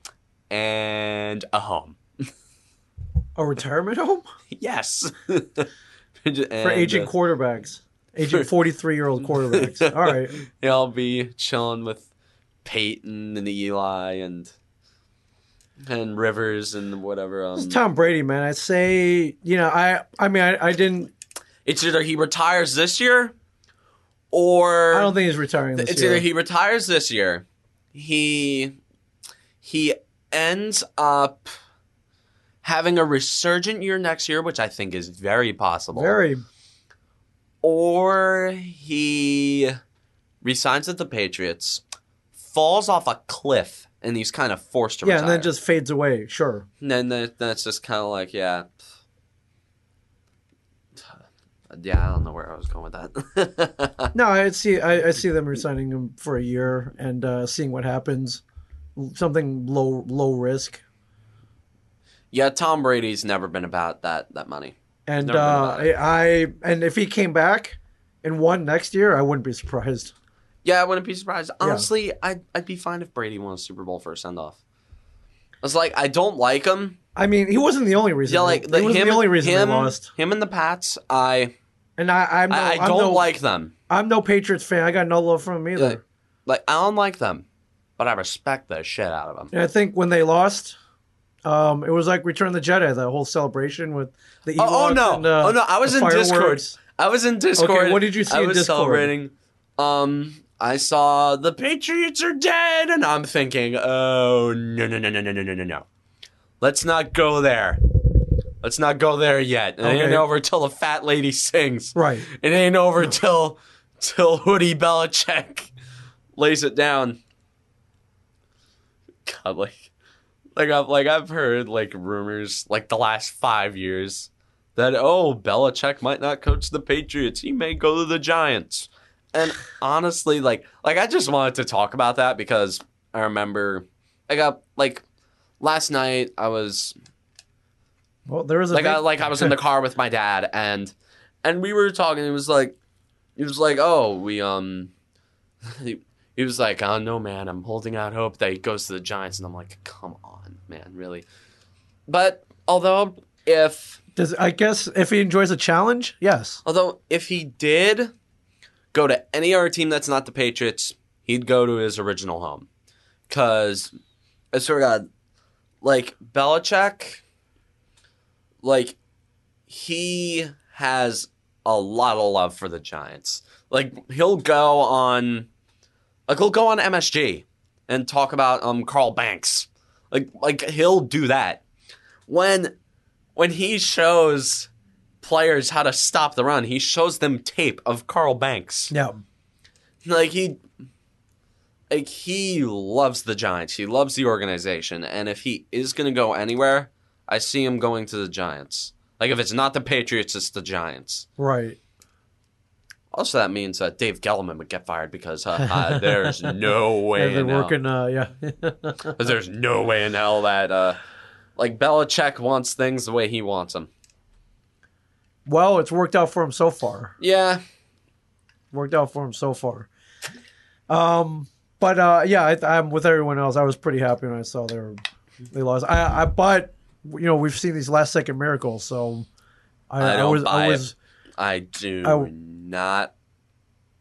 Speaker 1: and a home.
Speaker 2: A retirement home
Speaker 1: Yes. uh,
Speaker 2: for aging quarterbacks, aging
Speaker 1: for-
Speaker 2: forty-three-year-old quarterbacks. All right,
Speaker 1: Yeah, I'll be chilling with Peyton and Eli and and Rivers and whatever. Um,
Speaker 2: this is Tom Brady, man. I say, you know, I, I mean, I, I didn't.
Speaker 1: it's either he retires this year, or
Speaker 2: I don't think he's retiring this
Speaker 1: it's
Speaker 2: year.
Speaker 1: either he retires this year, he he ends up having a resurgent year next year, which I think is very possible.
Speaker 2: Very
Speaker 1: or he resigns with the Patriots, falls off a cliff, and he's kind of forced to
Speaker 2: yeah,
Speaker 1: retire.
Speaker 2: and then just fades away. Sure,
Speaker 1: And then that, that's just kind of like yeah, yeah. I don't know where I was going with that.
Speaker 2: no, I see. I, I see them resigning him for a year and uh, seeing what happens. Something low, low risk,
Speaker 1: yeah, Tom Brady's never been about that that money.
Speaker 2: and
Speaker 1: Never
Speaker 2: uh,
Speaker 1: mind.
Speaker 2: I, I, and if he came back and won next year, I wouldn't be surprised.
Speaker 1: Yeah, I wouldn't be surprised. Honestly, I'd I'd be fine if Brady won a Super Bowl for a send off. I was like, I don't like him.
Speaker 2: I mean, he wasn't the only reason.
Speaker 1: Yeah, like
Speaker 2: he wasn't
Speaker 1: him,
Speaker 2: the only reason
Speaker 1: him,
Speaker 2: they lost.
Speaker 1: him and the Pats. I
Speaker 2: And I, I'm no,
Speaker 1: I, I
Speaker 2: am
Speaker 1: don't
Speaker 2: no,
Speaker 1: like them.
Speaker 2: I'm no Patriots fan. I got no love from him either.
Speaker 1: Yeah. Like I don't like them, but I respect the shit out of them.
Speaker 2: And I think when they lost, um, it was like Return of the Jedi, that whole celebration with the Ewoks
Speaker 1: Oh, oh, no.
Speaker 2: and, uh,
Speaker 1: Oh, no, I was
Speaker 2: the
Speaker 1: in Discord.
Speaker 2: fireworks.
Speaker 1: I was in Discord.
Speaker 2: Okay, what did you see
Speaker 1: I
Speaker 2: in
Speaker 1: was
Speaker 2: Discord?
Speaker 1: celebrating. Um, I saw the Patriots are dead, and I'm thinking, oh no no no no no no no no no, let's not go there. Let's not go there yet. It ain't
Speaker 2: Okay.
Speaker 1: over till the fat lady sings.
Speaker 2: Right.
Speaker 1: It ain't over till till Woody Belichick lays it down. God, like, like I've like I've heard like rumors like the last five years that oh Belichick might not coach the Patriots. He may go to the Giants. And honestly, like like I just wanted to talk about that because I remember I got like last night I was
Speaker 2: Well, there was a
Speaker 1: like
Speaker 2: big-
Speaker 1: I, like I was in the car with my dad and and we were talking it was like it was like oh we um he, he was like oh no man I'm holding out hope that he goes to the Giants and I'm like come on man really but although if
Speaker 2: Does, I guess if he enjoys a challenge, yes.
Speaker 1: although if he did go to any other team that's not the Patriots he'd go to his original home cuz I swear to God like Belichick like he has a lot of love for the Giants. Like he'll go on like he'll go on MSG and talk about um Carl Banks. Like like he'll do that. When when he shows players how to stop the run, he shows them tape of Carl Banks.
Speaker 2: Yeah.
Speaker 1: Like he like he loves the Giants. He loves the organization and if he is going to go anywhere, I see him going to the Giants. Like if it's not the Patriots, it's the Giants.
Speaker 2: Right.
Speaker 1: Also, that means uh, Dave Gelman would get fired because uh, uh, there's no
Speaker 2: Yeah,
Speaker 1: way
Speaker 2: they're
Speaker 1: in hell.
Speaker 2: working. Uh, yeah.
Speaker 1: There's no way in hell that uh, like Belichick wants things the way he wants them.
Speaker 2: well, it's worked out for him so far.
Speaker 1: Yeah,
Speaker 2: worked out for him so far. Um, but uh, yeah, I, I'm with everyone else. I was pretty happy when I saw they were they lost. I, I but you know we've seen these last second miracles, so I,
Speaker 1: I
Speaker 2: I,
Speaker 1: don't
Speaker 2: was
Speaker 1: buy
Speaker 2: I
Speaker 1: it.
Speaker 2: was,
Speaker 1: I do
Speaker 2: I-
Speaker 1: not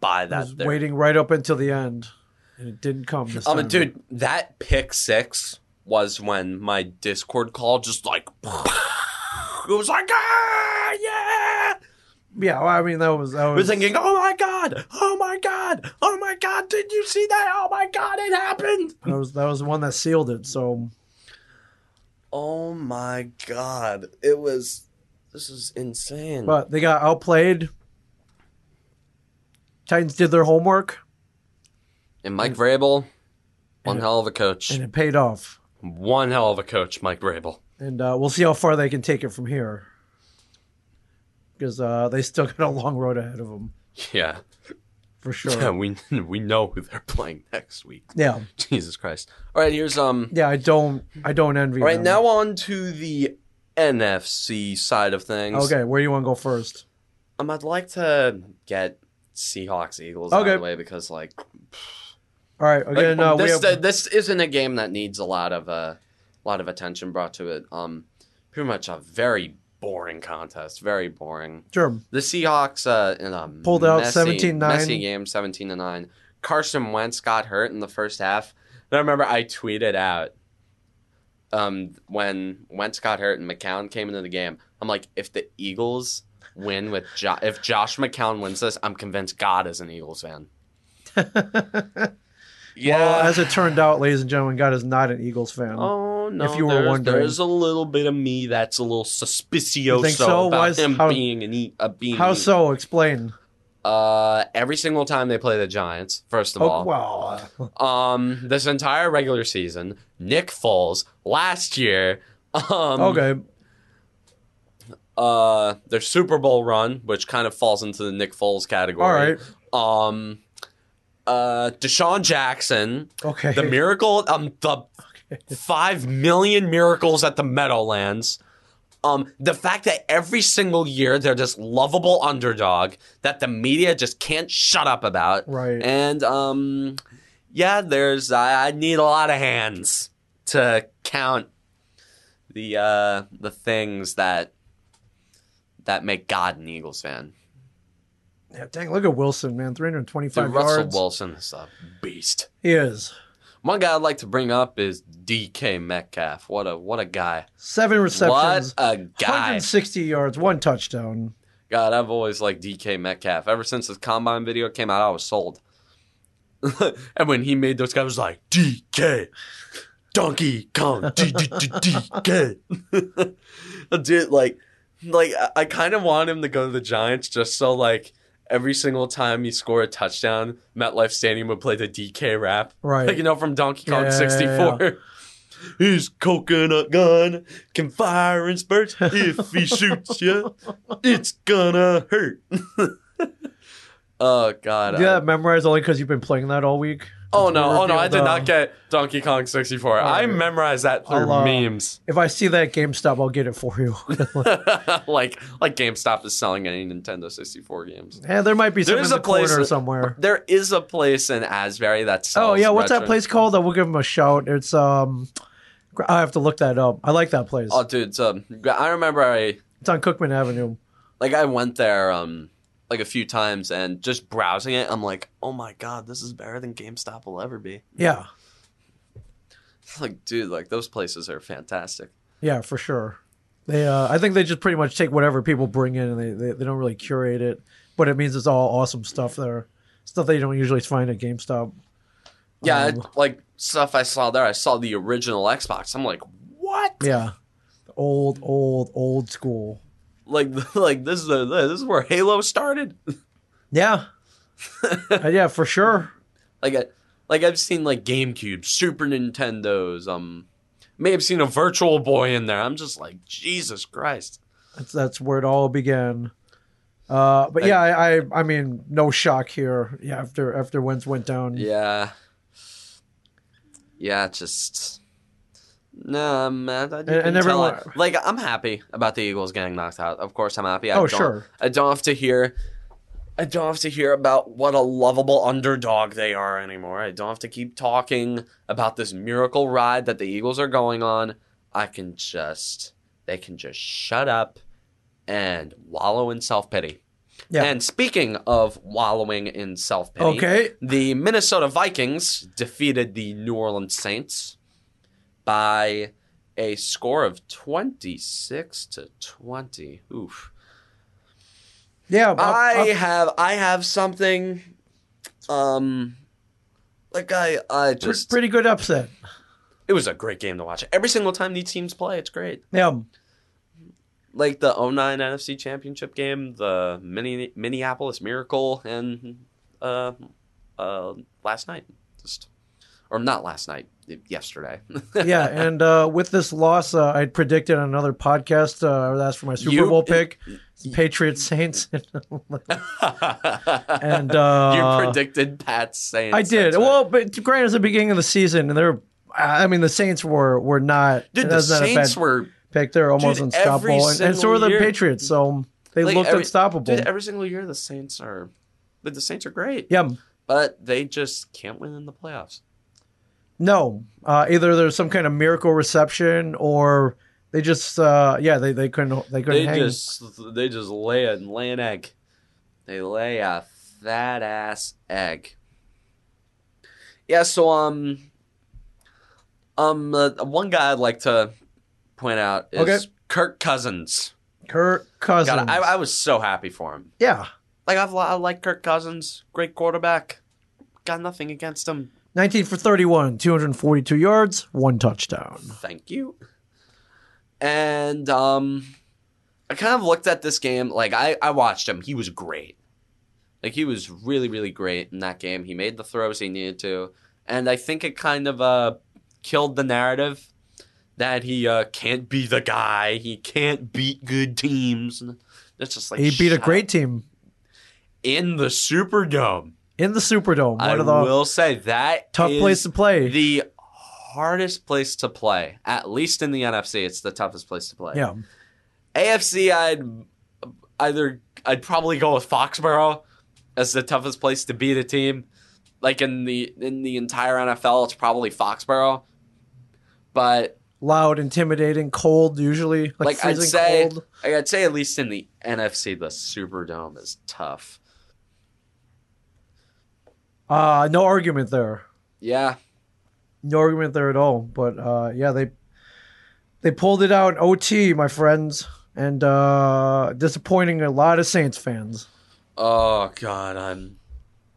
Speaker 1: buy
Speaker 2: I
Speaker 1: that.
Speaker 2: was
Speaker 1: there.
Speaker 2: waiting right up until the end, and it didn't come. This
Speaker 1: Um,
Speaker 2: time.
Speaker 1: dude, that pick six was when my Discord call just like it was like ah yeah.
Speaker 2: Yeah, well, I mean that was that
Speaker 1: We're
Speaker 2: was
Speaker 1: thinking, oh my god, oh my god, oh my god, did you see that? Oh my god, it happened.
Speaker 2: that was that was the one that sealed it. So
Speaker 1: Oh my god. It was this is insane.
Speaker 2: but they got outplayed. Titans did their homework.
Speaker 1: And Mike Vrabel, one hell of a coach.
Speaker 2: and it paid off.
Speaker 1: One hell of a coach, Mike Vrabel.
Speaker 2: And uh, we'll see how far they can take it from here, because uh, they still got a long road ahead of them
Speaker 1: Yeah.
Speaker 2: for sure.
Speaker 1: Yeah, we we know who they're playing next week.
Speaker 2: Yeah,
Speaker 1: Jesus Christ. All right, here's um
Speaker 2: yeah. I don't, I don't envy.
Speaker 1: All right,
Speaker 2: them.
Speaker 1: now on to the NFC side of things.
Speaker 2: Okay, where do you want to go first?
Speaker 1: Um, I'd like to get Seahawks Eagles out
Speaker 2: Okay.
Speaker 1: of the way because like,
Speaker 2: All right,
Speaker 1: like,
Speaker 2: again, uh, we
Speaker 1: this
Speaker 2: have,
Speaker 1: th- this isn't a game that needs a lot of uh, a lot of attention brought to it. Um, pretty much a very boring contest. Very boring.
Speaker 2: sure.
Speaker 1: The Seahawks uh, in a
Speaker 2: Pulled out
Speaker 1: messy-
Speaker 2: 17-9.
Speaker 1: messy game, seventeen to nine. Carson Wentz got hurt in the first half. And I remember I tweeted out um, when Wentz got hurt and McCown came into the game. I'm like, if the Eagles win with jo- if Josh McCown wins this, I'm convinced God is an Eagles fan. yeah.
Speaker 2: Well, as it turned out, ladies and gentlemen, God is not an Eagles fan.
Speaker 1: Oh no!
Speaker 2: If you were
Speaker 1: there's,
Speaker 2: wondering.
Speaker 1: there's a little bit of me that's a little
Speaker 2: You
Speaker 1: suspicioso
Speaker 2: think so?
Speaker 1: about
Speaker 2: Why is-
Speaker 1: him
Speaker 2: how-
Speaker 1: being an e- a being.
Speaker 2: How so? Explain.
Speaker 1: Uh, every single time they play the Giants, first of
Speaker 2: Oh,
Speaker 1: all,
Speaker 2: well, uh,
Speaker 1: um, this entire regular season, Nick Foles last year, um,
Speaker 2: okay.
Speaker 1: uh, their Super Bowl run, which kind of falls into the Nick Foles category.
Speaker 2: All right.
Speaker 1: Um, uh, Deshaun Jackson,
Speaker 2: Okay.
Speaker 1: the miracle, um, the five million miracles at the Meadowlands. Um, the fact that every single year they're this lovable underdog that the media just can't shut up about.
Speaker 2: Right.
Speaker 1: And um, yeah, there's I, I need a lot of hands to count the uh the things that that make God an Eagles fan.
Speaker 2: Yeah, dang, look at Wilson, man.
Speaker 1: Dude,
Speaker 2: 325
Speaker 1: Russell
Speaker 2: yards.
Speaker 1: Wilson is a beast.
Speaker 2: He is.
Speaker 1: One guy I'd like to bring up is DK Metcalf. What a what a guy.
Speaker 2: Seven
Speaker 1: What
Speaker 2: receptions.
Speaker 1: a guy.
Speaker 2: 160 yards, one touchdown.
Speaker 1: God, I've always liked DK Metcalf. Ever since his combine video came out, I was sold. and when he made those guys, I was like, DK, Donkey Kong, D- D- D- DK. Dude, like, like I- I kind of want him to go to the Giants just so, like, every single time you score a touchdown, MetLife Stadium would play the DK rap.
Speaker 2: Right.
Speaker 1: Like, you know, from Donkey Kong
Speaker 2: Yeah, yeah,
Speaker 1: 64.
Speaker 2: yeah,
Speaker 1: His coconut gun can fire in spurts. If he shoots you, it's gonna hurt. oh God!
Speaker 2: Do you
Speaker 1: I-
Speaker 2: have that memorized only because you've been playing that all week?
Speaker 1: oh
Speaker 2: We'll
Speaker 1: no! Oh no!
Speaker 2: reveal
Speaker 1: I did
Speaker 2: the-
Speaker 1: not get Donkey Kong 64. I
Speaker 2: Alright.
Speaker 1: memorized that through
Speaker 2: I'll, uh,
Speaker 1: memes.
Speaker 2: If I see that GameStop, I'll get it for you.
Speaker 1: like like GameStop is selling any Nintendo 64 games.
Speaker 2: yeah, there might be some
Speaker 1: There's
Speaker 2: in the
Speaker 1: a place
Speaker 2: corner
Speaker 1: that-
Speaker 2: somewhere.
Speaker 1: There is a place in Asbury that sells.
Speaker 2: Oh yeah, what's that
Speaker 1: retro-
Speaker 2: place called? I will give him a shout. It's um, I have to look that up. I like that place.
Speaker 1: Oh dude, it's, um, I remember I
Speaker 2: It's on Cookman Avenue.
Speaker 1: like I went there um like a few times and just browsing it, I'm like, oh my god, this is better than GameStop will ever be.
Speaker 2: Yeah,
Speaker 1: Like, dude, like those places are fantastic.
Speaker 2: yeah, for sure. They, uh, I think they just pretty much take whatever people bring in, and they, they they don't really curate it, but it means it's all awesome stuff there, stuff that you don't usually find at GameStop.
Speaker 1: Yeah,
Speaker 2: Um,
Speaker 1: it- like stuff I saw there. I saw the original Xbox. I'm like, what?
Speaker 2: Yeah, old, old, old school.
Speaker 1: Like, like this is the, this is where Halo started.
Speaker 2: Yeah, Uh, yeah, for sure.
Speaker 1: Like, I, like I've seen like GameCube, Super Nintendos. Um, may have seen a Virtual Boy in there. I'm just like, Jesus Christ.
Speaker 2: That's that's where it all began. Uh, but yeah, I, I I mean, no shock here. Yeah, after after Wentz went down.
Speaker 1: Yeah. Yeah, it's just no, man. I, you
Speaker 2: and
Speaker 1: can tell
Speaker 2: everyone-
Speaker 1: I- like I'm happy about the Eagles getting knocked out. Of course, I'm happy. I
Speaker 2: Oh,
Speaker 1: don't,
Speaker 2: sure.
Speaker 1: I don't have to hear. I don't have to hear about what a lovable underdog they are anymore. I don't have to keep talking about this miracle ride that the Eagles are going on. I can just they can just shut up and wallow in self pity.
Speaker 2: Yeah. Oh,
Speaker 1: And speaking of wallowing in self pity,
Speaker 2: Okay.
Speaker 1: the Minnesota Vikings defeated the New Orleans Saints by a score of 26 to 20. Oof.
Speaker 2: Yeah. up-
Speaker 1: I
Speaker 2: up-
Speaker 1: have I have something um like I I
Speaker 2: pr-
Speaker 1: just
Speaker 2: pretty good upset.
Speaker 1: it was a great game to watch. Every single time these teams play, it's great.
Speaker 2: Yeah.
Speaker 1: Like the 09 NFC Championship game, the Minne- Minneapolis Miracle and uh uh last night. breakfast, or not last night, yesterday.
Speaker 2: yeah, and uh, with this loss, uh, I predicted on another podcast. Uh, I was asked for my Super
Speaker 1: You-
Speaker 2: Bowl pick, Patriots Saints, and
Speaker 1: you
Speaker 2: uh,
Speaker 1: predicted Pat's saying.
Speaker 2: I did.
Speaker 1: that's right.
Speaker 2: Well, but granted, it's the beginning of the season, and they're. I mean, the Saints were were not.
Speaker 1: dude, the
Speaker 2: that's not a
Speaker 1: Saints
Speaker 2: bad
Speaker 1: were
Speaker 2: pick. They're almost
Speaker 1: Dude, every
Speaker 2: unstoppable, and, and so
Speaker 1: single
Speaker 2: are the
Speaker 1: year-
Speaker 2: Patriots. So they
Speaker 1: like,
Speaker 2: looked
Speaker 1: every-
Speaker 2: unstoppable.
Speaker 1: Dude, every single year the Saints are, the Saints are great,
Speaker 2: yeah,
Speaker 1: but they just can't win in the playoffs.
Speaker 2: No, uh, either there's some kind of miracle reception, or they just uh, yeah they, they couldn't they couldn't
Speaker 1: They
Speaker 2: hang.
Speaker 1: just they just lay and lay an egg. They lay a fat ass egg. Yeah, so um, um, uh, one guy I'd like to point out is
Speaker 2: Okay.
Speaker 1: Kirk Cousins.
Speaker 2: Kirk Cousins.
Speaker 1: God, I, I was so happy for him.
Speaker 2: yeah,
Speaker 1: Like I've, li- I like Kirk Cousins, great quarterback. Got nothing against him.
Speaker 2: 19 for 31, 242 yards, one touchdown.
Speaker 1: Thank you. And um I kind of looked at this game like I I watched him. He was great. Like he was really really great in that game. He made the throws he needed to, and I think it kind of uh killed the narrative that he uh can't be the guy. He can't beat good teams. And That's just like
Speaker 2: he beat a
Speaker 1: shut
Speaker 2: great
Speaker 1: up.
Speaker 2: team
Speaker 1: in the Superdome.
Speaker 2: in the Superdome. One
Speaker 1: I
Speaker 2: of the
Speaker 1: will say that
Speaker 2: tough
Speaker 1: is
Speaker 2: place to play.
Speaker 1: the hardest place to play, at least in the NFC. It's the toughest place to play.
Speaker 2: yeah,
Speaker 1: AFC, I'd either I'd probably go with Foxborough as the toughest place to beat a team. Like in the in the entire NFL, it's probably Foxborough. But
Speaker 2: loud, intimidating, cold. Usually, like,
Speaker 1: like, I'd
Speaker 2: freezing
Speaker 1: say,
Speaker 2: cold.
Speaker 1: I'd say at least in the NFC, the Superdome is tough.
Speaker 2: Uh, no argument there.
Speaker 1: Yeah,
Speaker 2: no argument there at all. But uh, yeah, they they pulled it out in OT, my friends, and uh, disappointing a lot of Saints fans.
Speaker 1: Oh God, I'm,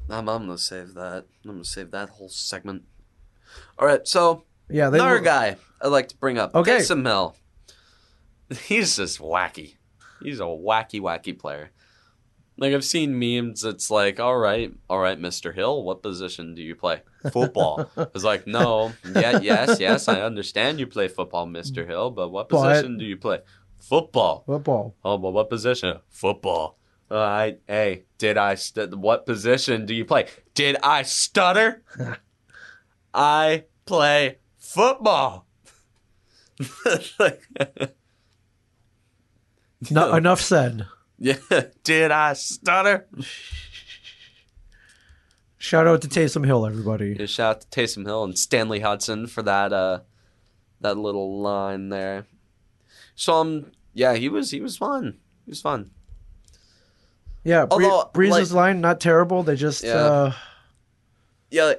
Speaker 1: I'm, I'm gonna save that. I'm gonna save that whole segment. All right, so
Speaker 2: Yeah, they
Speaker 1: another
Speaker 2: were-
Speaker 1: guy I'd like to bring up,
Speaker 2: Okay.
Speaker 1: Taysom Hill. He's just wacky. He's a wacky, wacky player. Like I've seen memes. It's like, all right, all right, Mister Hill, what position do you play? Football. it's like, no, yeah, yes, yes, I understand you play football, Mister Hill, but what
Speaker 2: But-
Speaker 1: position do you play? Football.
Speaker 2: football.
Speaker 1: Oh, well, what position? Football. All right. Hey, did I? St- what position do you play? Did I stutter? I play football.
Speaker 2: No, enough said.
Speaker 1: yeah. Did I stutter?
Speaker 2: Shout out to Taysom Hill, everybody.
Speaker 1: Yeah, shout out to Taysom Hill and Stanley Hudson for that uh that little line there. So um yeah, he was he was fun. He was fun.
Speaker 2: Yeah, Bree-
Speaker 1: Although,
Speaker 2: Breeze's line not terrible. They just
Speaker 1: Yeah.
Speaker 2: uh,
Speaker 1: Yeah, like,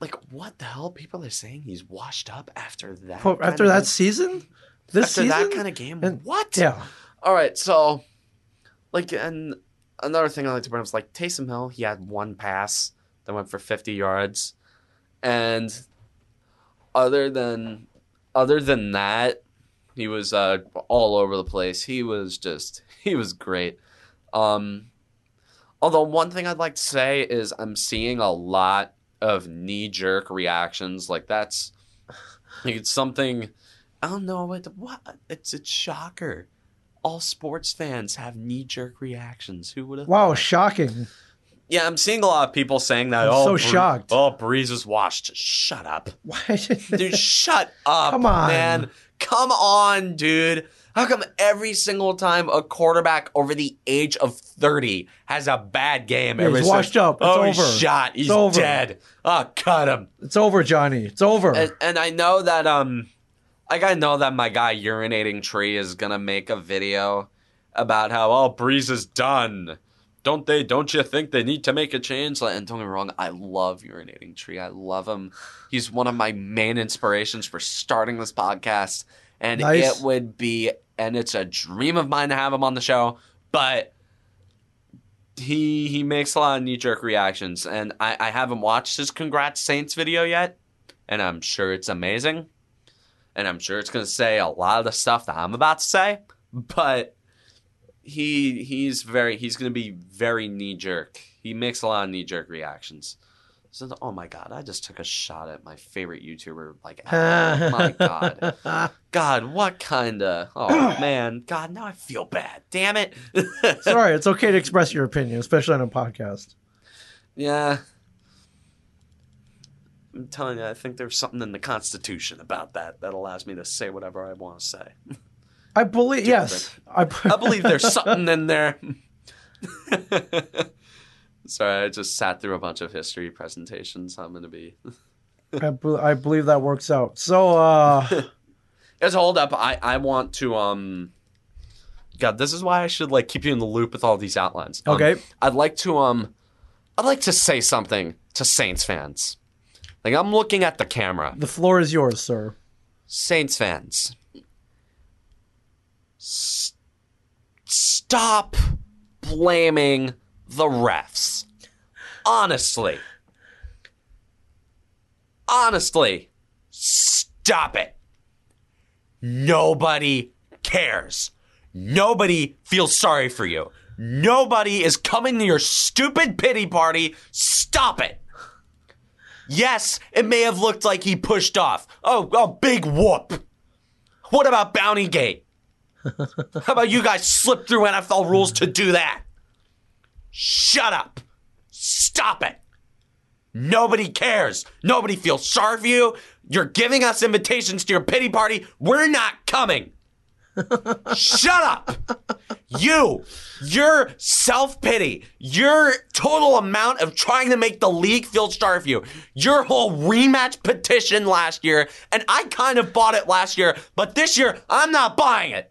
Speaker 1: like what the hell? People are saying he's washed up after that.
Speaker 2: po-
Speaker 1: kind
Speaker 2: after
Speaker 1: of
Speaker 2: that
Speaker 1: game-
Speaker 2: season, this
Speaker 1: after
Speaker 2: season,
Speaker 1: that kind of game.
Speaker 2: And-
Speaker 1: what?
Speaker 2: yeah,
Speaker 1: All right. So, like, and another thing I like to bring up is like Taysom Hill. He had one pass that went for fifty yards, and other than other than that, he was uh, all over the place. He was just he was great. Um, although one thing I'd like to say is I'm seeing a lot of knee jerk reactions. Like that's like it's something I don't know what what it's a shocker. All sports fans have knee jerk reactions. Who would have?
Speaker 2: wow, shocking.
Speaker 1: Yeah, I'm seeing a lot of people saying that.
Speaker 2: I'm
Speaker 1: oh,
Speaker 2: so
Speaker 1: Bre-
Speaker 2: shocked."
Speaker 1: Oh, Breeze is washed. Shut up
Speaker 2: Why?
Speaker 1: dude shut up
Speaker 2: Come on.
Speaker 1: man come on dude how come every single time a quarterback over the age of 30 has a bad game
Speaker 2: Yeah,
Speaker 1: every
Speaker 2: he's
Speaker 1: sin-
Speaker 2: washed up. It's
Speaker 1: oh
Speaker 2: over.
Speaker 1: he's shot he's
Speaker 2: over.
Speaker 1: dead oh cut him
Speaker 2: it's over, Johnny. It's over.
Speaker 1: and, and i know that um like i know that my guy urinating tree is gonna make a video about how oh breeze is done don't they don't you think they need to make a change Like, and don't get me wrong i love urinating tree i love him he's one of my main inspirations for starting this podcast and
Speaker 2: Nice.
Speaker 1: it would be and it's a dream of mine to have him on the show but he he makes a lot of knee-jerk reactions and i i haven't watched his congrats saints video yet and i'm sure it's amazing and i'm sure it's going to say a lot of the stuff that i'm about to say but he he's very he's going to be very knee jerk. He makes a lot of knee jerk reactions. Since, oh my god, I just took a shot at my favorite YouTuber. Like,
Speaker 2: Oh
Speaker 1: my god, God, what kind of? Oh man, God, now I feel bad. Damn it.
Speaker 2: Sorry, it's okay to express your opinion, especially on a podcast.
Speaker 1: Yeah. I'm telling you, I think there's something in the Constitution about that that allows me to say whatever I want to say.
Speaker 2: I believe, yes, I,
Speaker 1: I believe there's something in there. Sorry, I just sat through a bunch of history presentations. I'm going to be.
Speaker 2: I, be- I believe that works out. So, uh,
Speaker 1: Guys, hold up. I, I want to. um. God, this is why I should like keep you in the loop with all these outlines. Um,
Speaker 2: okay,
Speaker 1: I'd like to um I'd like to say something to Saints fans. Like I'm looking at the camera.
Speaker 2: the floor is yours, sir.
Speaker 1: Saints fans. S- stop blaming the refs. Honestly. Honestly, stop it. Nobody cares. Nobody feels sorry for you. Nobody is coming to your stupid pity party. Stop it. Yes, it may have looked like he pushed off. Oh, a big whoop. What about Bounty Gate? How about you guys slip through NFL rules to do that? Shut up. Stop it. Nobody cares. Nobody feels sorry for you. You're giving us invitations to your pity party. We're not coming. Shut up. You, your self pity, your total amount of trying to make the league feel sorry for you, your whole rematch petition last year, and I kind of bought it last year, but this year I'm not buying it.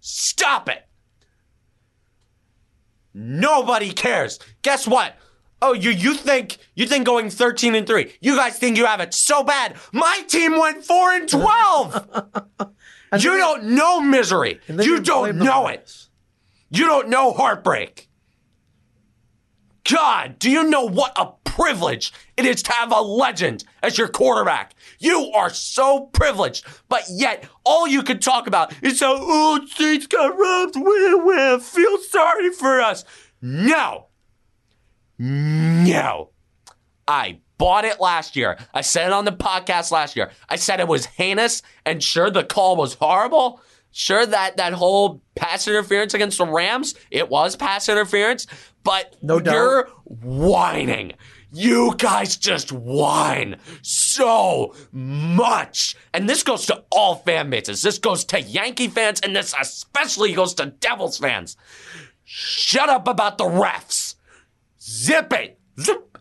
Speaker 1: Stop it. Nobody cares. Guess what? Oh, you you think you think going 13 and 3. You guys think you have it so bad. My team went 4 and 12. you don't know misery.
Speaker 2: And then
Speaker 1: You
Speaker 2: blame
Speaker 1: don't
Speaker 2: the
Speaker 1: know it.
Speaker 2: refs.
Speaker 1: You don't know heartbreak. God, do you know what a privilege it is to have a legend as your quarterback? You are so privileged, but yet all you can talk about is how, oh, Saints got robbed, wah, wah, feel sorry for us. No. No. I bought it last year. I said it on the podcast last year. I said it was heinous, and sure, the call was horrible. Sure, that that whole pass interference against the Rams, it was pass interference, but
Speaker 2: No doubt.
Speaker 1: you're whining. You guys just whine so much. And this goes to all fan bases. This goes to Yankee fans, and this especially goes to Devils fans. Shut up about the refs. Zip it. Zip.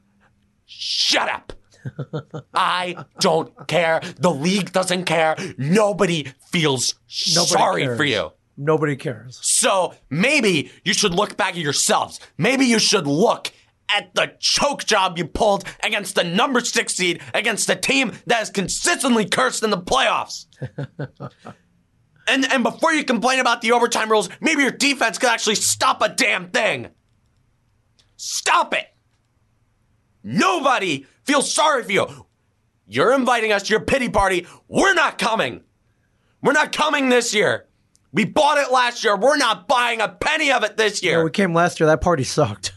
Speaker 1: Shut up. I don't care. The league doesn't care. Nobody feels
Speaker 2: Nobody
Speaker 1: sorry
Speaker 2: cares.
Speaker 1: for you.
Speaker 2: Nobody cares.
Speaker 1: So maybe you should look back at yourselves. Maybe you should look at the choke job you pulled against the number six seed against the team that is consistently cursed in the playoffs. and and before you complain about the overtime rules, maybe your defense could actually stop a damn thing. Stop it. Nobody feels sorry for you. You're inviting us to your pity party. We're not coming. We're not coming this year. We bought it last year. We're not buying a penny of it this year.
Speaker 2: When we came last year. That party sucked.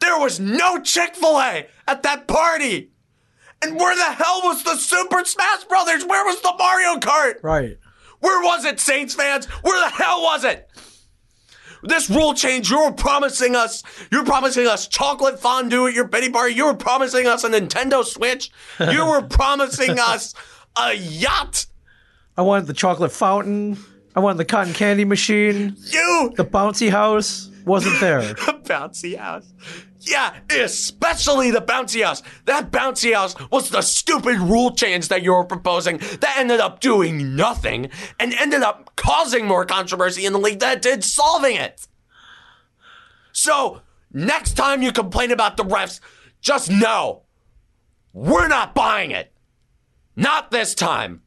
Speaker 1: There was no Chick fil A at that party. And where the hell was the Super Smash Brothers? Where was the Mario Kart?
Speaker 2: right.
Speaker 1: Where was it, Saints fans? Where the hell was it? This rule change, you were promising us, you were promising us chocolate fondue at your Betty Bar. You were promising us a Nintendo Switch. You were promising us a yacht.
Speaker 2: I wanted the chocolate fountain. I wanted the cotton candy machine.
Speaker 1: You
Speaker 2: The bouncy house wasn't there.
Speaker 1: the bouncy house. Yeah, especially the bouncy house. That bouncy house was the stupid rule change that you were proposing that ended up doing nothing and ended up causing more controversy in the league than it did solving it. So, next time you complain about the refs, just know we're not buying it. Not this time.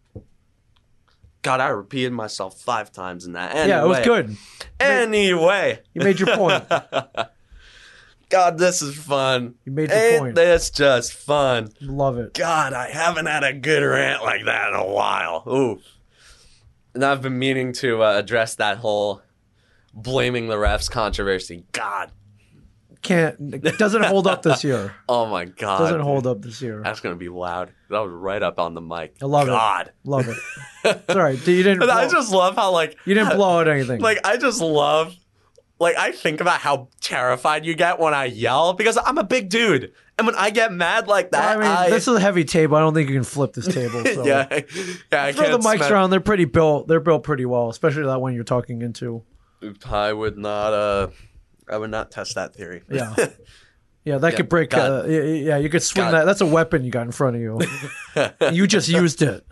Speaker 1: God, I repeated myself five times in that. Anyway,
Speaker 2: Yeah, it was good.
Speaker 1: Anyway.
Speaker 2: You made your point.
Speaker 1: God, this is fun.
Speaker 2: You made your
Speaker 1: Ain't
Speaker 2: point.
Speaker 1: this just fun?
Speaker 2: Love it.
Speaker 1: God, I haven't had a good rant like that in a while. Ooh. And I've been meaning to uh, address that whole blaming the refs controversy. God,
Speaker 2: can't doesn't hold up this year.
Speaker 1: Oh my god.
Speaker 2: Doesn't hold up this year.
Speaker 1: That's gonna be loud. That was right up on the mic.
Speaker 2: I love it.
Speaker 1: God.
Speaker 2: Love it. It's all right. You didn't.
Speaker 1: And I
Speaker 2: Blow,
Speaker 1: just love how like
Speaker 2: you didn't blow out anything.
Speaker 1: like I just love like I think about how terrified you get when I yell because I'm a big dude. And when I get mad like
Speaker 2: I
Speaker 1: that,
Speaker 2: mean, this is a heavy table. I don't think you can flip this table. So.
Speaker 1: yeah, yeah, I
Speaker 2: Throw
Speaker 1: can't
Speaker 2: the mics
Speaker 1: smack-
Speaker 2: around. They're pretty built. They're built pretty well, especially that one you're talking into.
Speaker 1: I would not. Uh, I would not test that theory.
Speaker 2: Yeah. Yeah, that
Speaker 1: Yeah,
Speaker 2: could break.
Speaker 1: got
Speaker 2: Uh, yeah, yeah, you could swing
Speaker 1: Got it.
Speaker 2: that. That's a weapon you got in front of you. you just used it.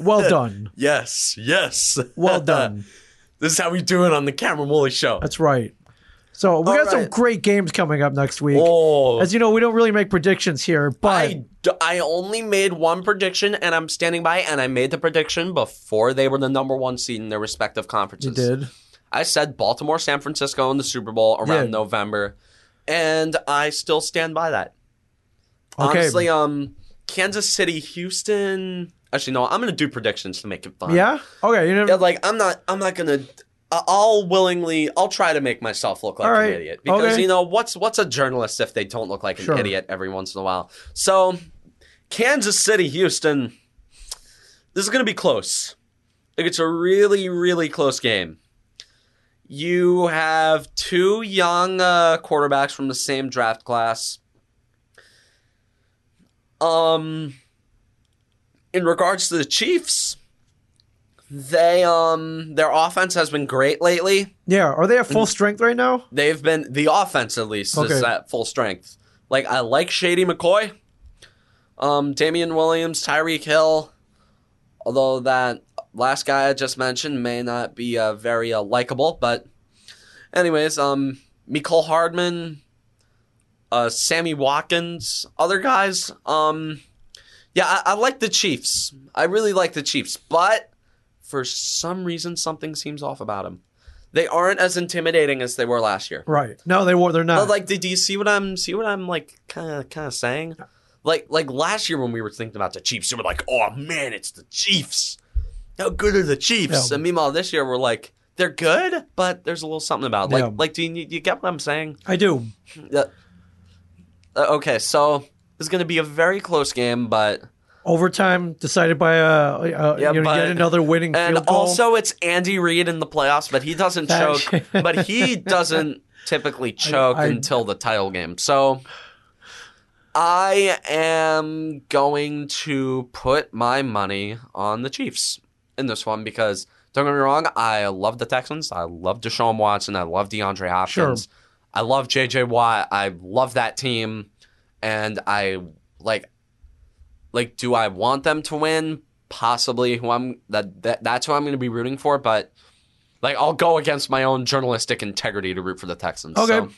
Speaker 2: Well done.
Speaker 1: yes. Yes.
Speaker 2: Well done.
Speaker 1: this is how we do it on the Cameron Woolley Show.
Speaker 2: That's right. So we
Speaker 1: All
Speaker 2: got some
Speaker 1: right.
Speaker 2: great games coming up next week.
Speaker 1: Oh,
Speaker 2: As you know, we don't really make predictions here, but
Speaker 1: I, d- I only made one prediction, and I'm standing by. And I made the prediction before they were the number one seed in their respective
Speaker 2: you
Speaker 1: conferences.
Speaker 2: did.
Speaker 1: I said Baltimore, San Francisco in the Super Bowl around
Speaker 2: Yeah.
Speaker 1: November, and I still stand by that.
Speaker 2: Okay.
Speaker 1: Honestly, um, Kansas City, Houston. Actually, no, I'm gonna do predictions to make it fun.
Speaker 2: Yeah. Okay. You
Speaker 1: Yeah,
Speaker 2: never.
Speaker 1: like I'm not. I'm not gonna. I- I'll willingly. I'll try to make myself look like
Speaker 2: All right.
Speaker 1: an idiot because
Speaker 2: Okay.
Speaker 1: you know what's what's a journalist if they don't look like an
Speaker 2: Sure.
Speaker 1: idiot every once in a while. So, Kansas City, Houston. This is gonna be close. Like it's a really really close game. You have two young uh, quarterbacks from the same draft class. Um, in regards to the Chiefs, they um their offense has been great lately.
Speaker 2: Yeah. Are they at
Speaker 1: Mm.
Speaker 2: full strength right now?
Speaker 1: They've been the offense at least is
Speaker 2: Okay.
Speaker 1: at full strength. Like I like Shady McCoy, um, Damian Williams, Tyreek Hill. Although that last guy I just mentioned may not be uh, very uh, likable, but anyways, um, Nicole Hardman, uh, Sammy Watkins, other guys. Um, yeah, I, I like the Chiefs. I really like the Chiefs, but for some reason, something seems off about them. They aren't as intimidating as they were last year.
Speaker 2: Right. No, they were. They're not.
Speaker 1: But like, do do you see what I'm see what I'm like kind of kind of saying? Like like last year when we were thinking about the Chiefs, we were like, oh man, it's the Chiefs. How good are the Chiefs?
Speaker 2: Yeah.
Speaker 1: And meanwhile, this year we're like, they're good, but there's a little something about it. like
Speaker 2: Yeah.
Speaker 1: like do you you get what I'm saying?
Speaker 2: I do.
Speaker 1: Uh, uh, okay, so it's gonna be a very close game, but
Speaker 2: Overtime decided by a, a,
Speaker 1: Yeah,
Speaker 2: you know,
Speaker 1: but-
Speaker 2: yet another winning
Speaker 1: and
Speaker 2: field goal.
Speaker 1: also it's Andy Reid in the playoffs, but he doesn't
Speaker 2: That-
Speaker 1: choke, but he doesn't typically choke
Speaker 2: I-
Speaker 1: until the title game. So I am going to put my money on the Chiefs in this one because don't get me wrong, I love the Texans, I love Deshaun Watson, I love DeAndre Hopkins, I love JJ Watt, I love that team, and I like like do I want them to win? Possibly who I'm that, that that's who I'm going to be rooting for, but like I'll go against my own journalistic integrity to root for the Texans.
Speaker 2: Okay.
Speaker 1: So,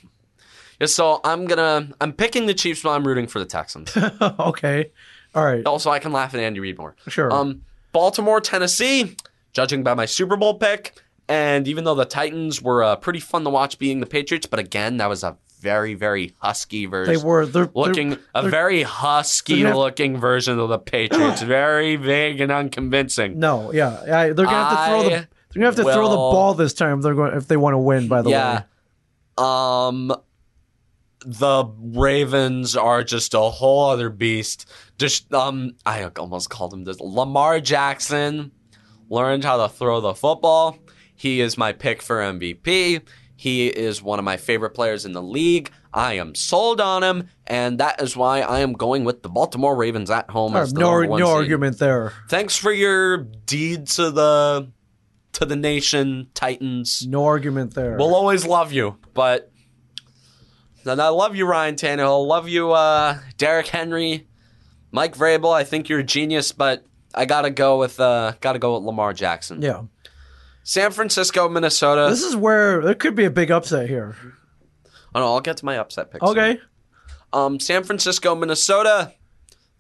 Speaker 1: yeah, so I'm gonna I'm picking the Chiefs, but I'm rooting for the Texans.
Speaker 2: okay. All right.
Speaker 1: also, I can laugh at Andy Reid more.
Speaker 2: Sure.
Speaker 1: Um, Baltimore, Tennessee, judging by my Super Bowl pick, and even though the Titans were uh, pretty fun to watch, being the Patriots, but again, that was a very very husky version
Speaker 2: they were. They're they're-
Speaker 1: looking a very husky
Speaker 2: they're gonna-
Speaker 1: looking version of the Patriots, very vague and unconvincing.
Speaker 2: No, yeah, I, they're gonna have to throw the
Speaker 1: I
Speaker 2: they're gonna have to throw the
Speaker 1: will-
Speaker 2: ball this time. They're going if they want to win. By the
Speaker 1: Yeah.
Speaker 2: way,
Speaker 1: Um the Ravens are just a whole other beast. Just um I almost called him this Lamar Jackson learned how to throw the football. He is my pick for MVP. He is one of my favorite players in the league. I am sold on him, and that is why I am going with the Baltimore Ravens at home.
Speaker 2: All right,
Speaker 1: as the number
Speaker 2: no
Speaker 1: one
Speaker 2: no
Speaker 1: seed.
Speaker 2: argument there.
Speaker 1: thanks for your deed to the to the nation titans
Speaker 2: No argument there.
Speaker 1: we'll always love you but and i love you ryan Tannehill. love you uh derek henry mike vrabel i think you're a genius but i gotta go with uh gotta go with lamar jackson
Speaker 2: yeah,
Speaker 1: san francisco minnesota
Speaker 2: this is where there could be a big upset here.
Speaker 1: oh, no, i'll get to my upset picks
Speaker 2: Okay,
Speaker 1: um san francisco minnesota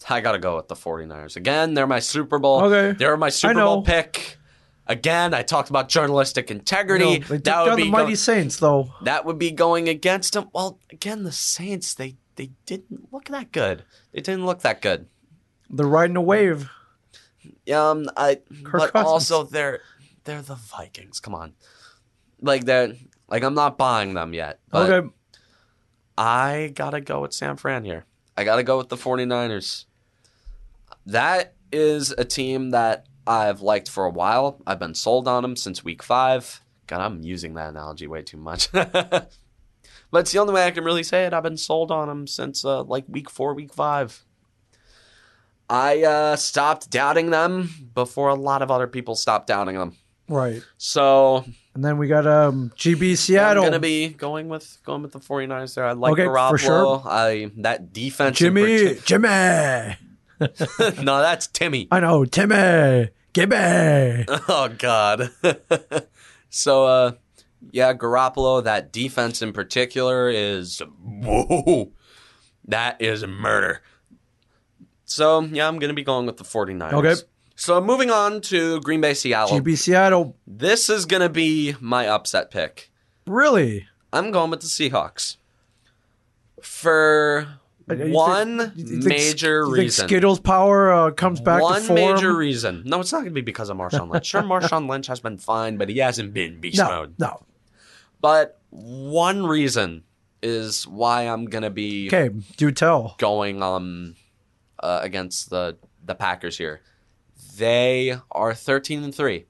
Speaker 1: i gotta go with the 49ers again they're my super bowl
Speaker 2: Okay.
Speaker 1: they're my super
Speaker 2: know.
Speaker 1: bowl pick Again, I talked about journalistic
Speaker 2: no,
Speaker 1: integrity.
Speaker 2: they took
Speaker 1: that would
Speaker 2: down
Speaker 1: be
Speaker 2: the mighty
Speaker 1: go-
Speaker 2: Saints though.
Speaker 1: that would be going against them. Well, again, the Saints they they didn't look that good. They didn't look that good.
Speaker 2: They're riding a wave.
Speaker 1: Um, I but
Speaker 2: Cousins.
Speaker 1: also they're they're the Vikings. Come on, like they're like I'm not buying them yet. But,
Speaker 2: okay,
Speaker 1: I got to go with San Fran here. I got to go with the 49ers. That is a team that I've liked for a while. I've been sold on them since week five. God, I'm using that analogy way too much. but it's the only way I can really say it. I've been sold on them since uh, like week four, week five. I uh, stopped doubting them before a lot of other people stopped doubting them.
Speaker 2: Right.
Speaker 1: So
Speaker 2: And then we got um GB Seattle.
Speaker 1: I'm gonna be going with going with the 49ers there. I like
Speaker 2: Okay, for
Speaker 1: Garoppolo.
Speaker 2: sure.
Speaker 1: I that defense. in
Speaker 2: Jimmy,
Speaker 1: partic-
Speaker 2: Jimmy. I
Speaker 1: no, that's Timmy.
Speaker 2: know, Timmy, Gibby.
Speaker 1: Oh God. so uh, yeah, Garoppolo. That defense in particular is whoa. That is murder. So yeah, I'm gonna be going with the 49ers.
Speaker 2: Okay.
Speaker 1: So moving on to Green Bay, Seattle.
Speaker 2: GB Seattle.
Speaker 1: This is gonna be my upset pick.
Speaker 2: Really?
Speaker 1: I'm going with the Seahawks for
Speaker 2: Uh, you
Speaker 1: one
Speaker 2: You think-
Speaker 1: major
Speaker 2: you think
Speaker 1: reason.
Speaker 2: Skittles power uh, comes back
Speaker 1: one
Speaker 2: to form.
Speaker 1: major reason. No, it's not going to be because of Marshawn Lynch. Sure, Marshawn Lynch has been fine, but he hasn't been beast
Speaker 2: no,
Speaker 1: mode.
Speaker 2: no.
Speaker 1: But one reason is why I'm going to be
Speaker 2: Okay, do tell.
Speaker 1: going um uh, against the the Packers here. They are 13 and 3,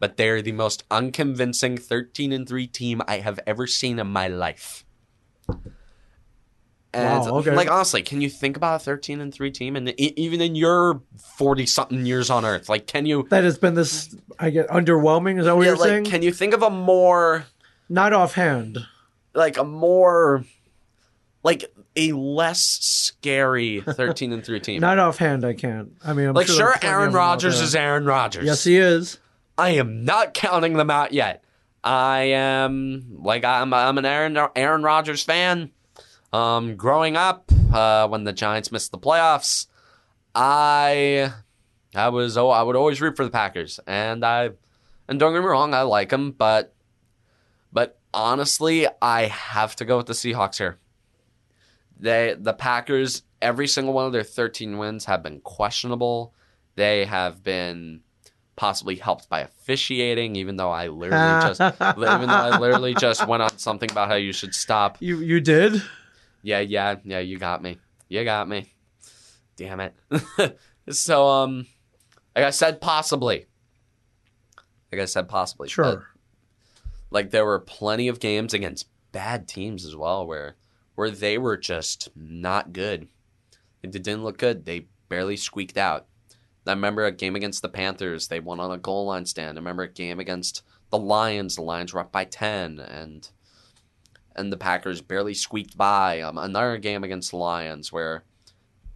Speaker 1: but they are the most unconvincing 13 and 3 team I have ever seen in my life. And
Speaker 2: Wow, okay.
Speaker 1: like honestly, can you think about a 13 and 3 team and e- even in your 40 something years on earth, like can you
Speaker 2: That has been this. I get underwhelming. Is that what
Speaker 1: yeah,
Speaker 2: you're
Speaker 1: like
Speaker 2: saying?
Speaker 1: can you think of a more
Speaker 2: Not offhand.
Speaker 1: like a more like a less scary 13 and 3 team?
Speaker 2: Not offhand. I can't. I mean, I'm
Speaker 1: Like, sure,
Speaker 2: there's plenty of
Speaker 1: Aaron
Speaker 2: them out
Speaker 1: Rodgers
Speaker 2: there.
Speaker 1: is Aaron Rodgers.
Speaker 2: Yes, he is.
Speaker 1: I am not counting them out yet. I am like I'm I'm an Aaron Aaron Rodgers fan. Um, growing up, uh, when the Giants missed the playoffs, I I was oh I would always root for the Packers, and I and don't get me wrong, I like them, but but honestly, I have to go with the Seahawks here. They the Packers every single one of their 13 wins have been questionable. They have been possibly helped by officiating, even though I literally just even though I literally just went on something about how you should stop.
Speaker 2: You you did.
Speaker 1: Yeah, yeah, yeah, you got me. You got me. Damn it. so um like I said possibly. Like I said possibly. but-
Speaker 2: Sure.
Speaker 1: like there were plenty of games against bad teams as well where where they were just not good. If they didn't look good, they barely squeaked out. I remember a game against the Panthers, they won on a goal line stand. I remember a game against the Lions, the Lions were up by ten and and the Packers barely squeaked by. Um, another game against the Lions where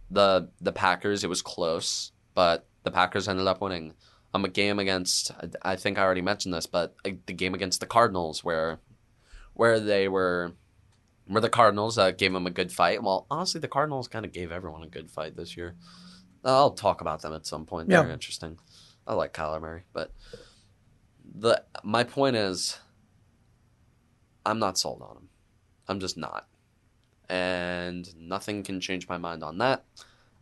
Speaker 1: the the Packers it was close, but the Packers ended up winning. Um, a game against I- I think I already mentioned this, but uh, the game against the Cardinals where where they were where the Cardinals uh, gave them a good fight. Well, honestly, the Cardinals kind of gave everyone a good fight this year. I'll talk about them at some point. They're
Speaker 2: Yeah.
Speaker 1: interesting. I like Kyler Murray, but the my point is I'm not sold on him. I'm just not. And nothing can change my mind on that.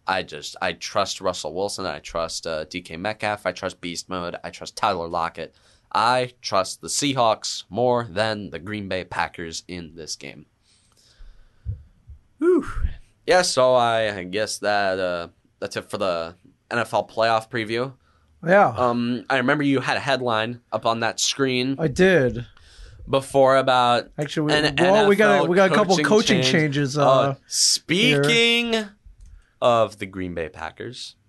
Speaker 1: I just I trust Russell Wilson. I trust uh, DK Metcalf. I trust Beast Mode. I trust Tyler Lockett. I trust the Seahawks more than the Green Bay Packers in this game. Whew. Yeah, so I, I guess that uh, that's it for the NFL playoff preview.
Speaker 2: Yeah,
Speaker 1: Um, I remember you had a headline up on that screen
Speaker 2: I did.
Speaker 1: before about
Speaker 2: Actually, we,
Speaker 1: An
Speaker 2: well, we got a,
Speaker 1: NFL
Speaker 2: we got a couple
Speaker 1: coaching
Speaker 2: coaching
Speaker 1: change.
Speaker 2: changes. Uh,
Speaker 1: Uh, speaking of the Green Bay Packers.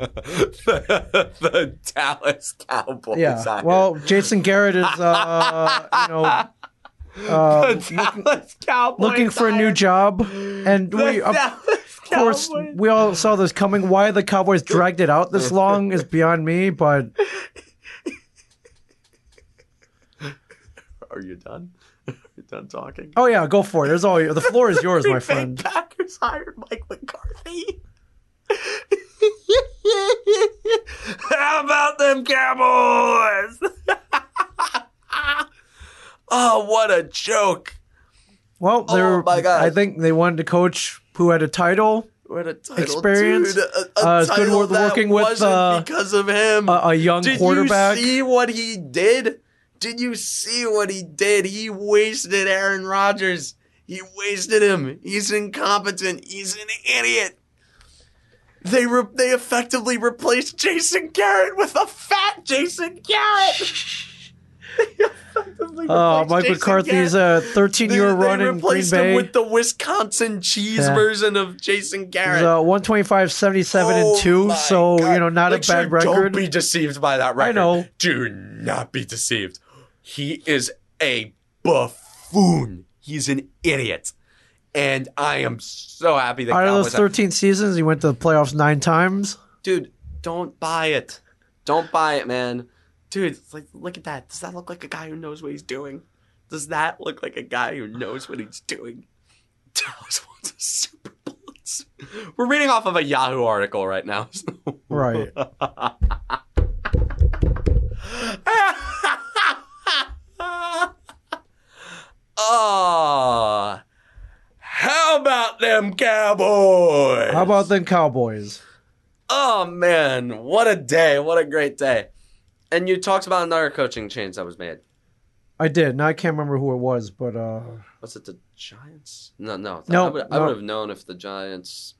Speaker 1: the, the Dallas Cowboys.
Speaker 2: yeah.
Speaker 1: are-
Speaker 2: Well, Jason Garrett is uh, you know uh,
Speaker 1: the Dallas Cowboys
Speaker 2: looking for a
Speaker 1: are-
Speaker 2: new job, and
Speaker 1: The
Speaker 2: we of
Speaker 1: Dallas
Speaker 2: course
Speaker 1: Cowboys.
Speaker 2: we all saw this coming. Why the Cowboys dragged it out this long is beyond me, but
Speaker 1: Are you done? Are you done talking?
Speaker 2: oh yeah, go for it. It's all the floor is yours, my
Speaker 1: Green Bay
Speaker 2: friend.
Speaker 1: Packers hired Mike McCarthy. How about them Cowboys? oh, what a joke!
Speaker 2: Well,
Speaker 1: Oh,
Speaker 2: they're
Speaker 1: my God.
Speaker 2: I think they wanted to coach who had a title,
Speaker 1: What a title,
Speaker 2: Experience.
Speaker 1: dude! A, a
Speaker 2: Uh, it's good
Speaker 1: title
Speaker 2: worth
Speaker 1: that
Speaker 2: working with,
Speaker 1: wasn't
Speaker 2: uh,
Speaker 1: because of him.
Speaker 2: a, a young
Speaker 1: Did
Speaker 2: quarterback.
Speaker 1: you see what he did Did you see what he did? He wasted Aaron Rodgers. He wasted him. He's incompetent. He's an idiot. They re- they effectively replaced Jason Garrett with a fat Jason Garrett. They effectively
Speaker 2: Uh,
Speaker 1: replaced
Speaker 2: Mike
Speaker 1: Jason
Speaker 2: McCarthy's
Speaker 1: Garrett.
Speaker 2: uh, 13 year run in Green
Speaker 1: replaced him
Speaker 2: Bay.
Speaker 1: with the Wisconsin cheese
Speaker 2: Yeah.
Speaker 1: version of Jason
Speaker 2: It was,
Speaker 1: Garrett.
Speaker 2: uh, 125, 77,
Speaker 1: Oh
Speaker 2: and 2.
Speaker 1: my
Speaker 2: So,
Speaker 1: God.
Speaker 2: you know, not
Speaker 1: Like,
Speaker 2: a bad
Speaker 1: sure,
Speaker 2: record.
Speaker 1: Don't be deceived by that record.
Speaker 2: know.
Speaker 1: Do not be deceived. He is a buffoon. He's an idiot. And I am so happy that
Speaker 2: Out of
Speaker 1: Cowboys
Speaker 2: those 13 seasons, he went to the playoffs nine times.
Speaker 1: Dude, don't buy it. Don't buy it, man. Dude, it's like look at that. Does that look like a guy who knows what he's doing? Does that look like a guy who knows what he's doing? Dallas wants a Super Bowl. It's- We're reading off of a Yahoo article right now.
Speaker 2: Right.
Speaker 1: oh, how about them Cowboys?
Speaker 2: How about them Cowboys?
Speaker 1: Oh man, what a day! What a great day! And you talked about another coaching change that was made.
Speaker 2: I did. Now I can't remember who it was, but uh,
Speaker 1: Was it the Giants? No, no,
Speaker 2: No,
Speaker 1: I would, I
Speaker 2: no.
Speaker 1: would have known if the Giants.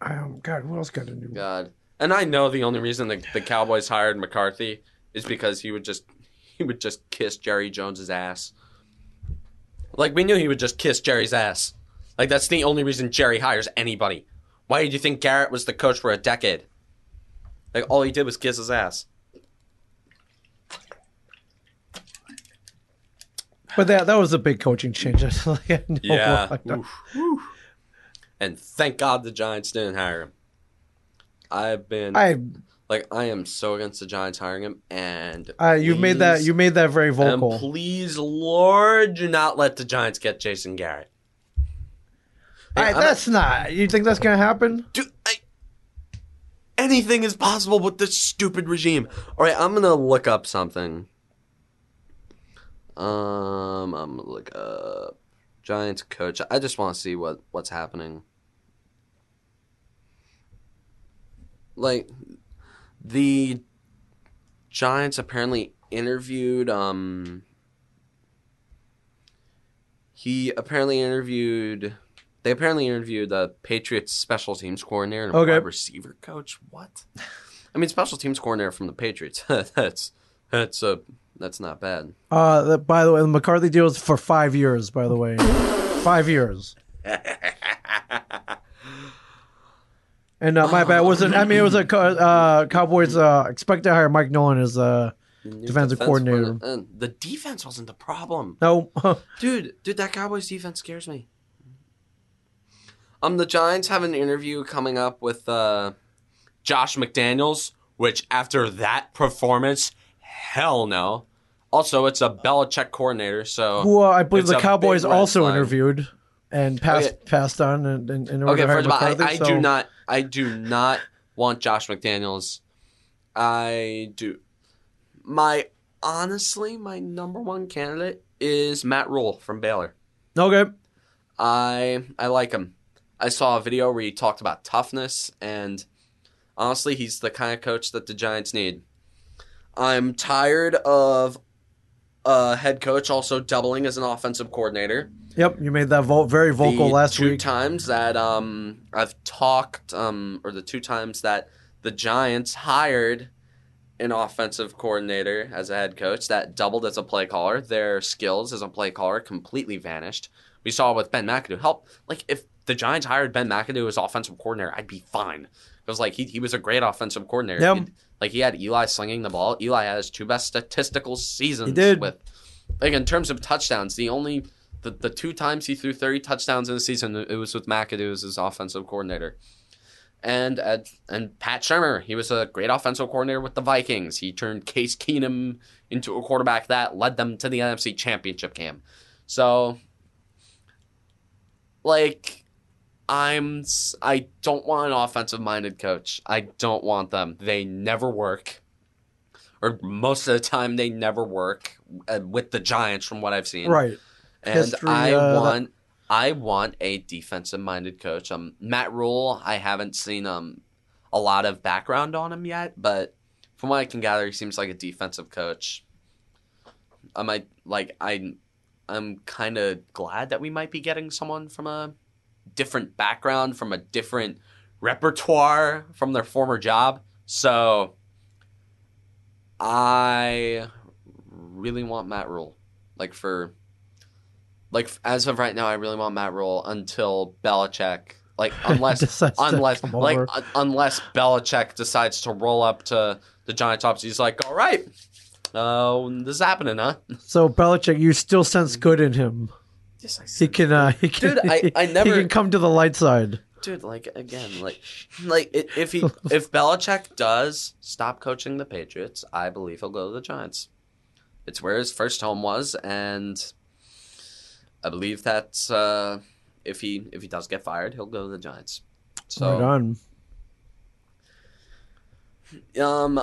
Speaker 2: um, God, who else got a new
Speaker 1: God, and I know the only reason the, the Cowboys hired McCarthy is because he would just he would just kiss Jerry Jones's ass. Like we knew he would just kiss Jerry's ass. Like that's the only reason Jerry hires anybody. Why did you think Garrett was the coach for a decade? Like all he did was kiss his ass.
Speaker 2: But that that was a big coaching change. That's like, I know
Speaker 1: Yeah.
Speaker 2: I know.
Speaker 1: Oof. And thank God the Giants didn't hire him. I've been
Speaker 2: I,
Speaker 1: like I am so against the Giants hiring him and
Speaker 2: I you made that
Speaker 1: please-
Speaker 2: you made that very
Speaker 1: and
Speaker 2: vocal.
Speaker 1: Um, please Lord do not let the Giants get Jason Garrett.
Speaker 2: All right,
Speaker 1: I'm-
Speaker 2: that's not. You think that's gonna happen?
Speaker 1: Dude, I, anything is possible with this stupid regime. All right, I'm gonna look up something. Um, I'm gonna look up Giants coach. I just want to see what what's happening. Like, the Giants apparently interviewed. Um, he apparently interviewed. They apparently interviewed the Patriots special teams coordinator and
Speaker 2: Okay.
Speaker 1: wide receiver coach. What? I mean, special teams coordinator from the Patriots. that's that's a that's not bad.
Speaker 2: Uh, that, by the way, the McCarthy deal is for five years. By the way, five years. And uh, my bad. It Was it? I mean, it was a co- uh, Cowboys uh, expect to hire Mike Nolan as uh,
Speaker 1: New
Speaker 2: Defensive
Speaker 1: defense
Speaker 2: coordinator.
Speaker 1: coordina- and the defense wasn't the problem,
Speaker 2: no.
Speaker 1: dude. Dude, that Cowboys defense scares me. Um, the Giants have an interview coming up with uh, Josh McDaniels, which after that performance, hell no. Also, it's a Belichick coordinator, so
Speaker 2: Who uh, I believe
Speaker 1: It's a
Speaker 2: the
Speaker 1: big
Speaker 2: Cowboys
Speaker 1: red
Speaker 2: also
Speaker 1: flag.
Speaker 2: interviewed and passed
Speaker 1: Okay.
Speaker 2: passed on and and, and
Speaker 1: Okay,
Speaker 2: ordered to hire
Speaker 1: first of all, I,
Speaker 2: McCarthy,
Speaker 1: I
Speaker 2: so-
Speaker 1: do not, I do not want Josh McDaniels. I do. My honestly, my number one candidate is Matt Rule from Baylor.
Speaker 2: Okay.
Speaker 1: I I like him. I saw a video where he talked about toughness, and honestly, he's the kind of coach that the Giants need. I'm tired of a head coach also doubling as an offensive coordinator
Speaker 2: Yep. You made that vo- very vocal
Speaker 1: the
Speaker 2: last
Speaker 1: two
Speaker 2: week.
Speaker 1: times that um I've talked um or the two times that the Giants hired an offensive coordinator as a head coach that doubled as a play caller. Their skills as a play caller completely vanished. We saw with Ben McAdoo. Help, like if the Giants hired Ben McAdoo as offensive coordinator, I'd be fine. It was like he, he was a great offensive coordinator.
Speaker 2: Yep.
Speaker 1: He- like he had Eli slinging the ball. Eli had his two best statistical seasons.
Speaker 2: did.
Speaker 1: With like in terms of touchdowns, the only the, the two times he threw 30 touchdowns in a season, it was with McAdoo as his offensive coordinator. And at, and Pat Shermer, he was a great offensive coordinator with the Vikings. He turned Case Keenum into a quarterback that led them to the NFC Championship game. So, like, I'm s- I don't want an offensive minded coach. I don't want them. They never work, or most of the time they never work uh, with the Giants, from what I've seen.
Speaker 2: Right.
Speaker 1: And
Speaker 2: History,
Speaker 1: I
Speaker 2: uh, that-
Speaker 1: want I want a defensive minded coach. Um Matt Rule, I haven't seen um a lot of background on him yet, but From what I can gather, he seems like a defensive coach. I might like I, I'm kind of glad that we might be getting someone from a different background, from a different repertoire from their former job. So I really want Matt Rule, like for, like as of right now, I really want Matt Rule until Belichick, like unless
Speaker 2: Decides to
Speaker 1: unless
Speaker 2: come
Speaker 1: like
Speaker 2: over.
Speaker 1: un- unless Belichick decides to roll up to the Johnny Tops, he's like, all right, uh, this is happening, huh?
Speaker 2: So Belichick, you still sense good in him.
Speaker 1: Yes, I
Speaker 2: He can, uh, he can,
Speaker 1: Dude, I- I never-
Speaker 2: he can come to the light side.
Speaker 1: dude. Like again, like like i- if he if Belichick does stop coaching the Patriots, I believe he'll go to the Giants. It's where his first home was, and I believe that uh, if he if he does get fired, he'll go to the Giants. So
Speaker 2: right on.
Speaker 1: Um,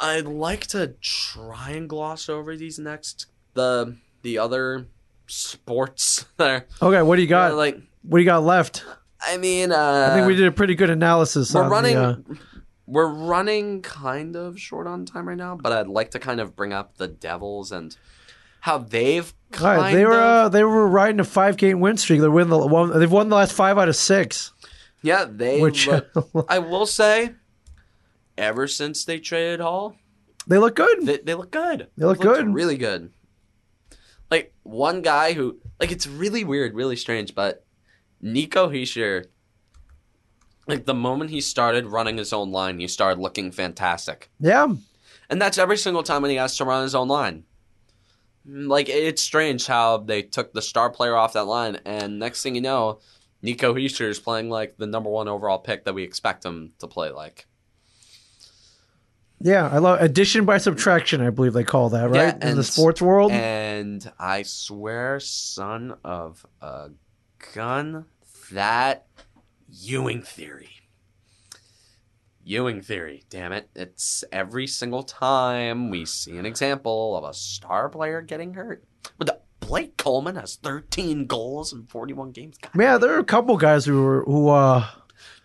Speaker 1: I'd like to try and gloss over these next the the other sports there.
Speaker 2: Okay, what do you got?
Speaker 1: like
Speaker 2: what do you got left?
Speaker 1: I mean, uh,
Speaker 2: I think we did a pretty good analysis.
Speaker 1: We're
Speaker 2: on the,
Speaker 1: running.
Speaker 2: uh,
Speaker 1: We're running kind of short on time right now, but I'd like to kind of bring up the Devils and how they've
Speaker 2: all
Speaker 1: kind
Speaker 2: right, they
Speaker 1: of
Speaker 2: were uh, they were riding a five game win streak. They win the one. They've won the last five out of six.
Speaker 1: yeah they
Speaker 2: Which uh,
Speaker 1: look- I will say, ever since they traded Hall,
Speaker 2: they look good.
Speaker 1: they, they look good.
Speaker 2: They look
Speaker 1: They've looked
Speaker 2: good.
Speaker 1: Really good. Like one guy who like it's really weird, really strange, but Nico Heischer like the moment he started running his own line, he started looking fantastic.
Speaker 2: yeah,
Speaker 1: And that's every single time when he has to run his own line. Like it's strange how they took the star player off that line and next thing you know, Nico Heischer is playing like the number 1 overall pick that we expect him to play like.
Speaker 2: yeah. I love addition by subtraction. I believe they call that
Speaker 1: Yeah,
Speaker 2: right in the
Speaker 1: and-
Speaker 2: sports world.
Speaker 1: And I swear, son of a gun, that Ewing theory. Ewing theory, damn it. It's every single time we see an example of a star player getting hurt. But the- Blake Coleman has 13 goals in 41 games. God,
Speaker 2: yeah, there are a couple guys who were who. uh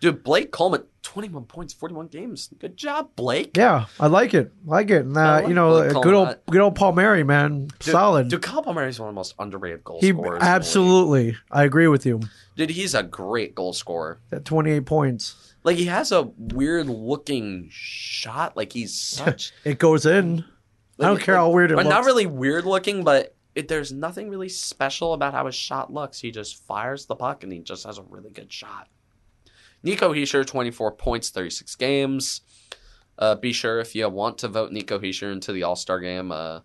Speaker 1: dude, Blake Coleman, 21 points, 41 games. Good job, Blake.
Speaker 2: Yeah, I like it. like it. And,
Speaker 1: I
Speaker 2: uh,
Speaker 1: like
Speaker 2: you know,
Speaker 1: Blake
Speaker 2: uh,
Speaker 1: Coleman.
Speaker 2: good old good old Paul Mary, man,
Speaker 1: Dude,
Speaker 2: solid.
Speaker 1: Dude, Kyle Palmieri is one of the most underrated goal
Speaker 2: he
Speaker 1: scorers. in the league.
Speaker 2: absolutely. I agree with you.
Speaker 1: Dude, he's a great goal scorer.
Speaker 2: At twenty eight points,
Speaker 1: Like he has a weird looking shot. Like he's such.
Speaker 2: it goes in. I don't
Speaker 1: Like-
Speaker 2: care how weird it
Speaker 1: but
Speaker 2: looks.
Speaker 1: not really weird looking. But it, there's nothing really special about how his shot looks. He just fires the puck and he just has a really good shot. Nico Heischer, 24 points, 36 games. Uh, be sure if you want to vote Nico Heischer into the All Star game. Uh,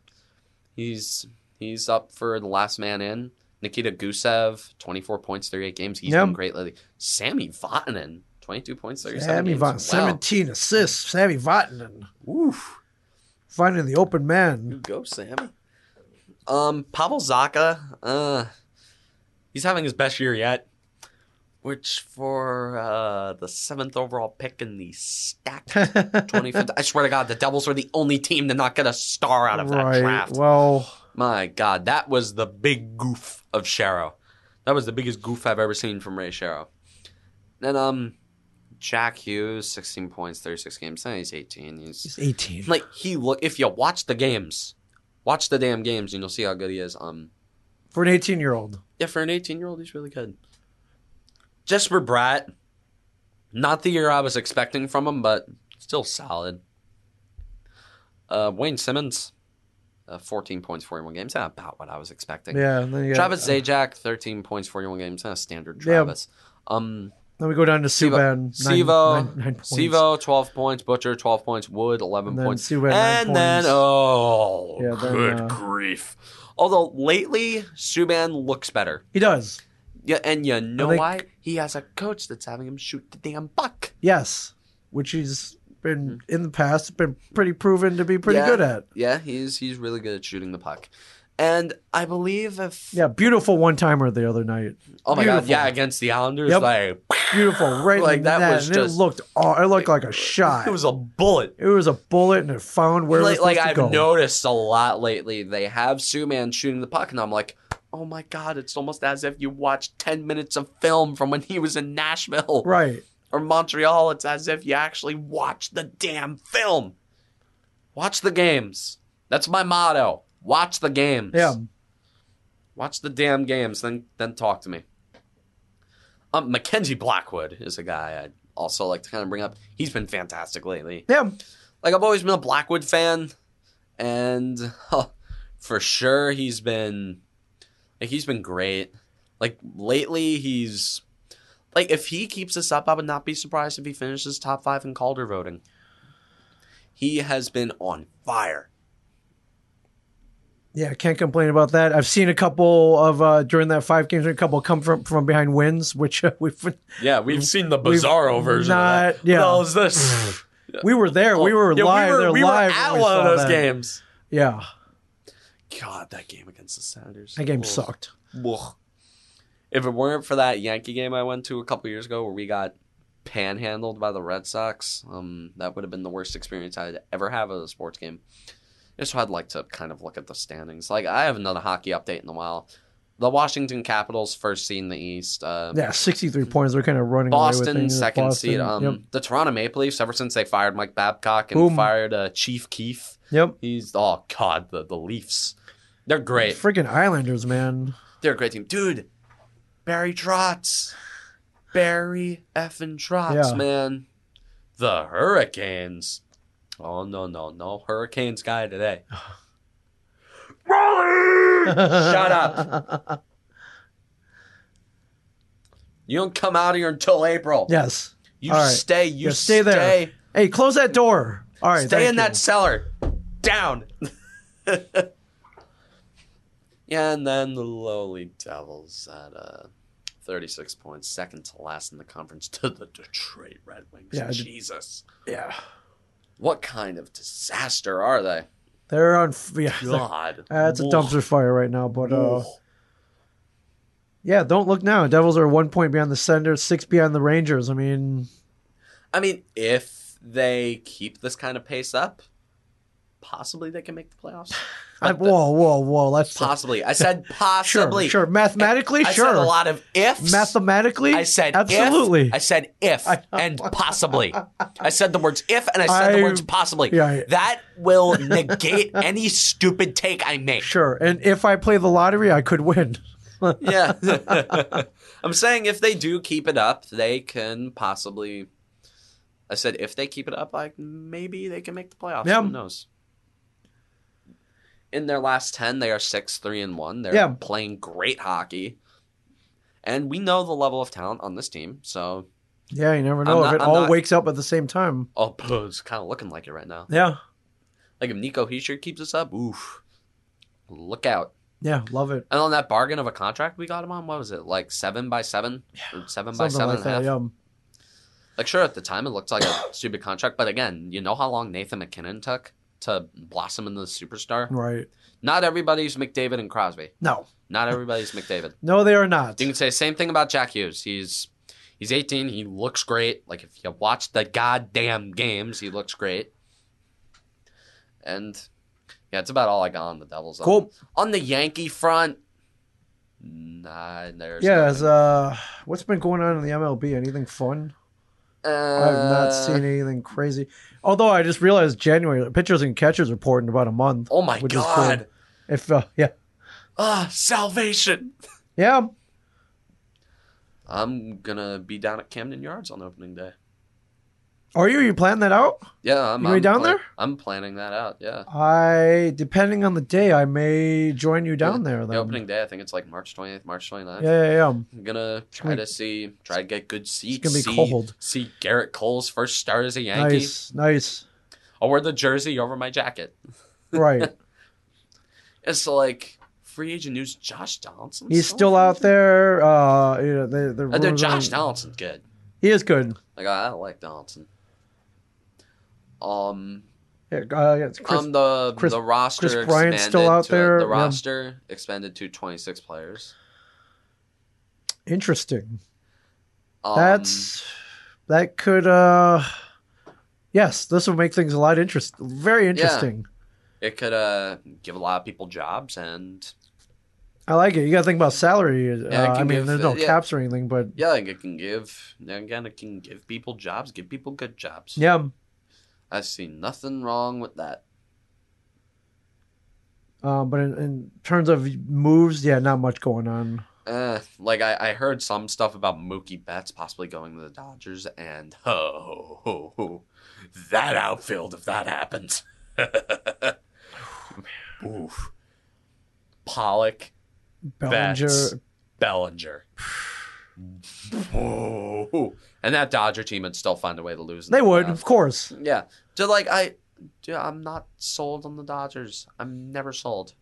Speaker 1: he's he's up for the last man in. Nikita Gusev, 24 points, 38 games. He's
Speaker 2: Yeah.
Speaker 1: been great lately. Sammy Vatanen, 22 points, 37
Speaker 2: Sammy
Speaker 1: games.
Speaker 2: Vatanen,
Speaker 1: Wow.
Speaker 2: 17 assists. Sammy Vatanen
Speaker 1: Oof.
Speaker 2: finding the open man.
Speaker 1: You go, Sammy. Um, Pavel Zaka, uh, he's having his best year yet, which for uh, the seventh overall pick in the stacked 25th. I swear to God, the Devils were the only team to not get a star out of that
Speaker 2: right.
Speaker 1: draft.
Speaker 2: Well,
Speaker 1: My God, that was the big goof of Sharrow. That was the biggest goof I've ever seen from Ray Sharrow. Then, um, Jack Hughes, 16 points, 36 games. Now he's 18. He's
Speaker 2: he's 18.
Speaker 1: like he look if you watch the games watch the damn games and you'll see how good he is um
Speaker 2: For an 18 year old.
Speaker 1: yeah for an 18 year old he's really good jesper bratt not the year i was expecting from him but still solid uh wayne simmons uh, 14 points 41 games yeah, about what i was expecting
Speaker 2: Yeah. And then you got-
Speaker 1: travis zajac 13 points 41 games yeah, standard
Speaker 2: Yeah.
Speaker 1: travis um
Speaker 2: Then we go down to Subban.
Speaker 1: Sivo,
Speaker 2: nine- nine points.
Speaker 1: Sivo, twelve points. Butcher, twelve points. Wood, eleven
Speaker 2: And then
Speaker 1: points.
Speaker 2: Subban, nine
Speaker 1: and then
Speaker 2: points.
Speaker 1: oh,
Speaker 2: Yeah, then,
Speaker 1: good
Speaker 2: uh,
Speaker 1: grief! Although lately Subban looks better.
Speaker 2: He does.
Speaker 1: Yeah, and you know
Speaker 2: think-
Speaker 1: why? He has a coach that's having him shoot the damn buck.
Speaker 2: Yes. Which he's been in the past, been pretty proven to be pretty
Speaker 1: Hmm. Yeah.
Speaker 2: good at.
Speaker 1: Yeah, he's he's really good at shooting the puck. And I believe if
Speaker 2: Yeah. Beautiful one timer the other night.
Speaker 1: oh my god,
Speaker 2: beautiful.
Speaker 1: yeah, against the Islanders,
Speaker 2: Yep.
Speaker 1: like
Speaker 2: Beautiful. Right
Speaker 1: Like,
Speaker 2: in
Speaker 1: that
Speaker 2: the net,
Speaker 1: was
Speaker 2: and
Speaker 1: just-
Speaker 2: It looked, aw- it looked like a shot.
Speaker 1: it was a bullet.
Speaker 2: It was a bullet and it found where
Speaker 1: like,
Speaker 2: it was
Speaker 1: like
Speaker 2: supposed to
Speaker 1: I've
Speaker 2: go.
Speaker 1: noticed a lot lately. They have Suman shooting the puck, and I'm like, oh my god, it's almost as if you watched ten minutes of film from when he was in Nashville
Speaker 2: right.
Speaker 1: or Montreal. It's as if you actually watched the damn film. Watch the games. That's my motto. Watch the games.
Speaker 2: Yeah.
Speaker 1: Watch the damn games, then then talk to me. Um, Mackenzie Blackwood is a guy I'd also like to kind of bring up. He's been fantastic lately.
Speaker 2: Yeah.
Speaker 1: Like I've always been a Blackwood fan, and huh, for sure he's been like he's been great. Like lately he's like if he keeps this up, I would not be surprised if he finishes top five in Calder voting. He has been on fire.
Speaker 2: Yeah, can't complain about that. I've seen a couple of uh during that five games, a couple come from from behind wins, which uh, we've
Speaker 1: Yeah, we've seen the
Speaker 2: We've
Speaker 1: bizarro version. of
Speaker 2: Not,
Speaker 1: that. What
Speaker 2: yeah,
Speaker 1: the hell is this?
Speaker 2: we were there. we were
Speaker 1: Yeah,
Speaker 2: live.
Speaker 1: We were,
Speaker 2: They're
Speaker 1: we were
Speaker 2: live. when
Speaker 1: at
Speaker 2: we
Speaker 1: one of
Speaker 2: saw
Speaker 1: those
Speaker 2: that.
Speaker 1: games.
Speaker 2: Yeah,
Speaker 1: God, that game against the Senators.
Speaker 2: that game
Speaker 1: Ugh.
Speaker 2: sucked.
Speaker 1: Ugh. If it weren't for that Yankee game I went to a couple years ago where we got panhandled by the Red Sox, um, that would have been the worst experience I'd ever have at a sports game. And So I'd like to kind of look at the standings. Like I have another hockey update in a while. The Washington Capitals first seed in the East. Uh,
Speaker 2: Yeah, sixty three points. They're kind of running away with
Speaker 1: Boston
Speaker 2: things.
Speaker 1: second
Speaker 2: Boston,
Speaker 1: seed. Um,
Speaker 2: yep.
Speaker 1: the Toronto Maple Leafs. Ever since they fired Mike Babcock and
Speaker 2: Boom.
Speaker 1: fired uh, Chief Keefe,
Speaker 2: Yep.
Speaker 1: he's oh god, the the Leafs. They're great.
Speaker 2: Freaking Islanders, man.
Speaker 1: They're a great team, dude. Barry Trotz, Barry effing Trotz,
Speaker 2: Yeah.
Speaker 1: man. The Hurricanes. Oh no no no, Hurricanes guy today. Rolly, shut up. You don't come out here until April.
Speaker 2: Yes.
Speaker 1: You
Speaker 2: All right.
Speaker 1: stay. You
Speaker 2: Yeah,
Speaker 1: stay,
Speaker 2: stay there. Hey, close that door. All right.
Speaker 1: stay
Speaker 2: thank
Speaker 1: in that
Speaker 2: you.
Speaker 1: cellar. Down. yeah, and then the lowly Devils at uh, 36 points, second to last in the conference to the Detroit Red Wings.
Speaker 2: Yeah, I did-
Speaker 1: Jesus.
Speaker 2: Yeah.
Speaker 1: What kind of disaster are they?
Speaker 2: They're on. f- Yeah. they're-
Speaker 1: God.
Speaker 2: Uh, it's a
Speaker 1: Ugh.
Speaker 2: dumpster fire right now, but uh,
Speaker 1: Ugh.
Speaker 2: yeah, don't look now. Devils are one point behind the Senators, six behind the Rangers. I mean,
Speaker 1: I mean, if they keep this kind of pace up, possibly they can make the playoffs.
Speaker 2: I,
Speaker 1: But the-
Speaker 2: whoa, whoa, whoa. Let's
Speaker 1: Possibly. I said
Speaker 2: sure,
Speaker 1: possibly.
Speaker 2: sure. Mathematically,
Speaker 1: I
Speaker 2: sure.
Speaker 1: said a lot of ifs.
Speaker 2: Mathematically,
Speaker 1: I said
Speaker 2: absolutely.
Speaker 1: If, I said if
Speaker 2: I know.
Speaker 1: and possibly. I said the words if and I said
Speaker 2: I-
Speaker 1: the words possibly.
Speaker 2: yeah, I-
Speaker 1: That will negate any stupid take I make.
Speaker 2: sure. And if I play the lottery, I could win.
Speaker 1: Yeah. I'm saying if they do keep it up, they can possibly. I said if they keep it up, like maybe they can make the playoffs.
Speaker 2: Yeah.
Speaker 1: Who knows? In their last ten, they are six, three, and one. They're
Speaker 2: Yeah.
Speaker 1: playing great hockey, and we know the level of talent on this team. So
Speaker 2: Yeah, you never know.
Speaker 1: I'm
Speaker 2: if
Speaker 1: not-
Speaker 2: it
Speaker 1: I'm
Speaker 2: all
Speaker 1: not-
Speaker 2: wakes up at the same time.
Speaker 1: Oh, it's kind of looking like it right now.
Speaker 2: Yeah.
Speaker 1: Like if Nico Heischer keeps us up, oof, look out!
Speaker 2: Yeah. Love it.
Speaker 1: And on that bargain of a contract we got him on, what was it like seven by seven, or seven by
Speaker 2: Something
Speaker 1: seven and
Speaker 2: like
Speaker 1: a half?
Speaker 2: that. Yeah.
Speaker 1: Like sure, at the time it looked like a stupid contract, but again, you know how long Nathan McKinnon took to blossom into the superstar.
Speaker 2: Right.
Speaker 1: Not everybody's McDavid and Crosby.
Speaker 2: No.
Speaker 1: Not everybody's McDavid.
Speaker 2: No, they are not.
Speaker 1: You can say the same thing about Jack Hughes. He's he's 18. He looks great. Like if you watch the goddamn games, he looks great. And yeah, it's about all I got on the Devils. On-
Speaker 2: Cool.
Speaker 1: On, the Yankee front, nah, there's
Speaker 2: Yeah. As,
Speaker 1: nothing.
Speaker 2: uh, what's been going on in the MLB? Anything fun? I've
Speaker 1: Uh,
Speaker 2: not seen anything crazy. Although I just realized January pitchers and catchers report in about a month.
Speaker 1: Oh my
Speaker 2: which is cool.
Speaker 1: god!
Speaker 2: If uh, yeah,
Speaker 1: Ah, salvation!
Speaker 2: yeah,
Speaker 1: I'm gonna be down at Camden Yards on opening day.
Speaker 2: are you? You plan that out?
Speaker 1: Yeah, I'm
Speaker 2: You gonna be
Speaker 1: I'm
Speaker 2: down
Speaker 1: plan-
Speaker 2: there?
Speaker 1: I'm planning that out. Yeah,
Speaker 2: I depending on the day, I may join you down there. Then.
Speaker 1: the opening day. I think it's like March 20th, March 29th.
Speaker 2: Yeah, yeah, yeah.
Speaker 1: I'm gonna try
Speaker 2: gonna-
Speaker 1: to see, try to get good seats.
Speaker 2: gonna be
Speaker 1: see,
Speaker 2: cold.
Speaker 1: See Garrett Cole's first start as a Yankee.
Speaker 2: Nice, nice.
Speaker 1: I'll wear the jersey over my jacket.
Speaker 2: Right,
Speaker 1: It's like free agent news. Josh Donaldson.
Speaker 2: he's still out there. Uh, you know, they, they're
Speaker 1: Uh, dude,
Speaker 2: rumors
Speaker 1: Josh
Speaker 2: on-
Speaker 1: Donaldson's good.
Speaker 2: He is good.
Speaker 1: Like I, I like Donaldson. Um,
Speaker 2: Yeah, uh, yeah, it's Chris.
Speaker 1: on the
Speaker 2: Chris-
Speaker 1: the roster
Speaker 2: Chris Bryant's
Speaker 1: expanded
Speaker 2: still out
Speaker 1: to-
Speaker 2: there,
Speaker 1: The
Speaker 2: yeah.
Speaker 1: roster expanded to 26 players.
Speaker 2: Interesting.
Speaker 1: Um,
Speaker 2: That's that could. uh Yes, this will make things a lot interest. Very interesting.
Speaker 1: it. Could uh give a lot of people jobs and
Speaker 2: I like it. You got to think about salary. Uh,
Speaker 1: Yeah, it
Speaker 2: I
Speaker 1: can
Speaker 2: mean,
Speaker 1: give-
Speaker 2: there's no
Speaker 1: yeah.
Speaker 2: caps or anything, but
Speaker 1: yeah, like it can give again. It can give people jobs. Give people good jobs.
Speaker 2: yeah,
Speaker 1: I see nothing wrong with that.
Speaker 2: Uh, but in, in terms of moves, yeah, not much going on.
Speaker 1: Uh, like I, I heard some stuff about Mookie Betts possibly going to the Dodgers, and
Speaker 3: Oh, ho, ho. that outfield, if that happens. Oof.
Speaker 1: Pollock,
Speaker 2: Bellinger,
Speaker 1: Betts, Bellinger. Oh, and that Dodger team would still find a way to lose. in
Speaker 2: they
Speaker 1: the
Speaker 2: would,
Speaker 1: playoffs.
Speaker 2: of course.
Speaker 1: Yeah. Just like I dude, I'm not sold on the Dodgers. I'm never sold.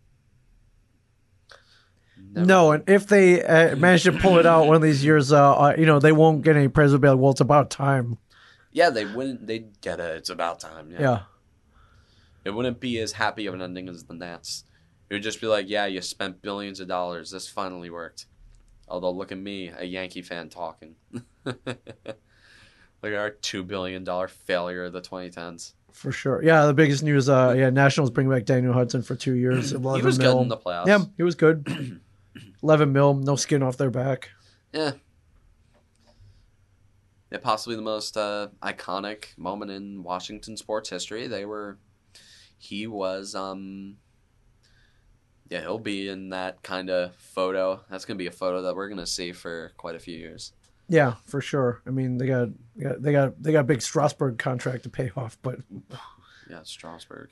Speaker 1: Never.
Speaker 2: No, and if they uh, manage to pull it out one of these years, uh, uh, you know, they won't get any praise. They'll be like, well, it's about time.
Speaker 1: Yeah, they wouldn't they'd get it. It's about time. Yeah.
Speaker 2: Yeah.
Speaker 1: It wouldn't be as happy of an ending as the Nats. It would just be like, yeah, you spent billions of dollars. This finally worked. Although look at me, a Yankee fan talking. look at our two billion dollar failure of the twenty tens.
Speaker 2: For sure. Yeah, the biggest news. Uh, yeah, Nationals bring back Daniel Hudson for two years.
Speaker 1: He
Speaker 2: 11
Speaker 1: was
Speaker 2: mil.
Speaker 1: good in the playoffs.
Speaker 2: Yeah, he was good. Eleven mil, no skin off their back.
Speaker 1: Yeah. Yeah, possibly the most uh, iconic moment in Washington sports history. They were, he was, um, yeah, he'll be in that kind of photo. That's gonna be a photo that we're gonna see for quite a few years.
Speaker 2: Yeah, for sure. I mean, they got they got they got, they got a big Strasburg contract to pay off, but
Speaker 1: Yeah, Strasburg.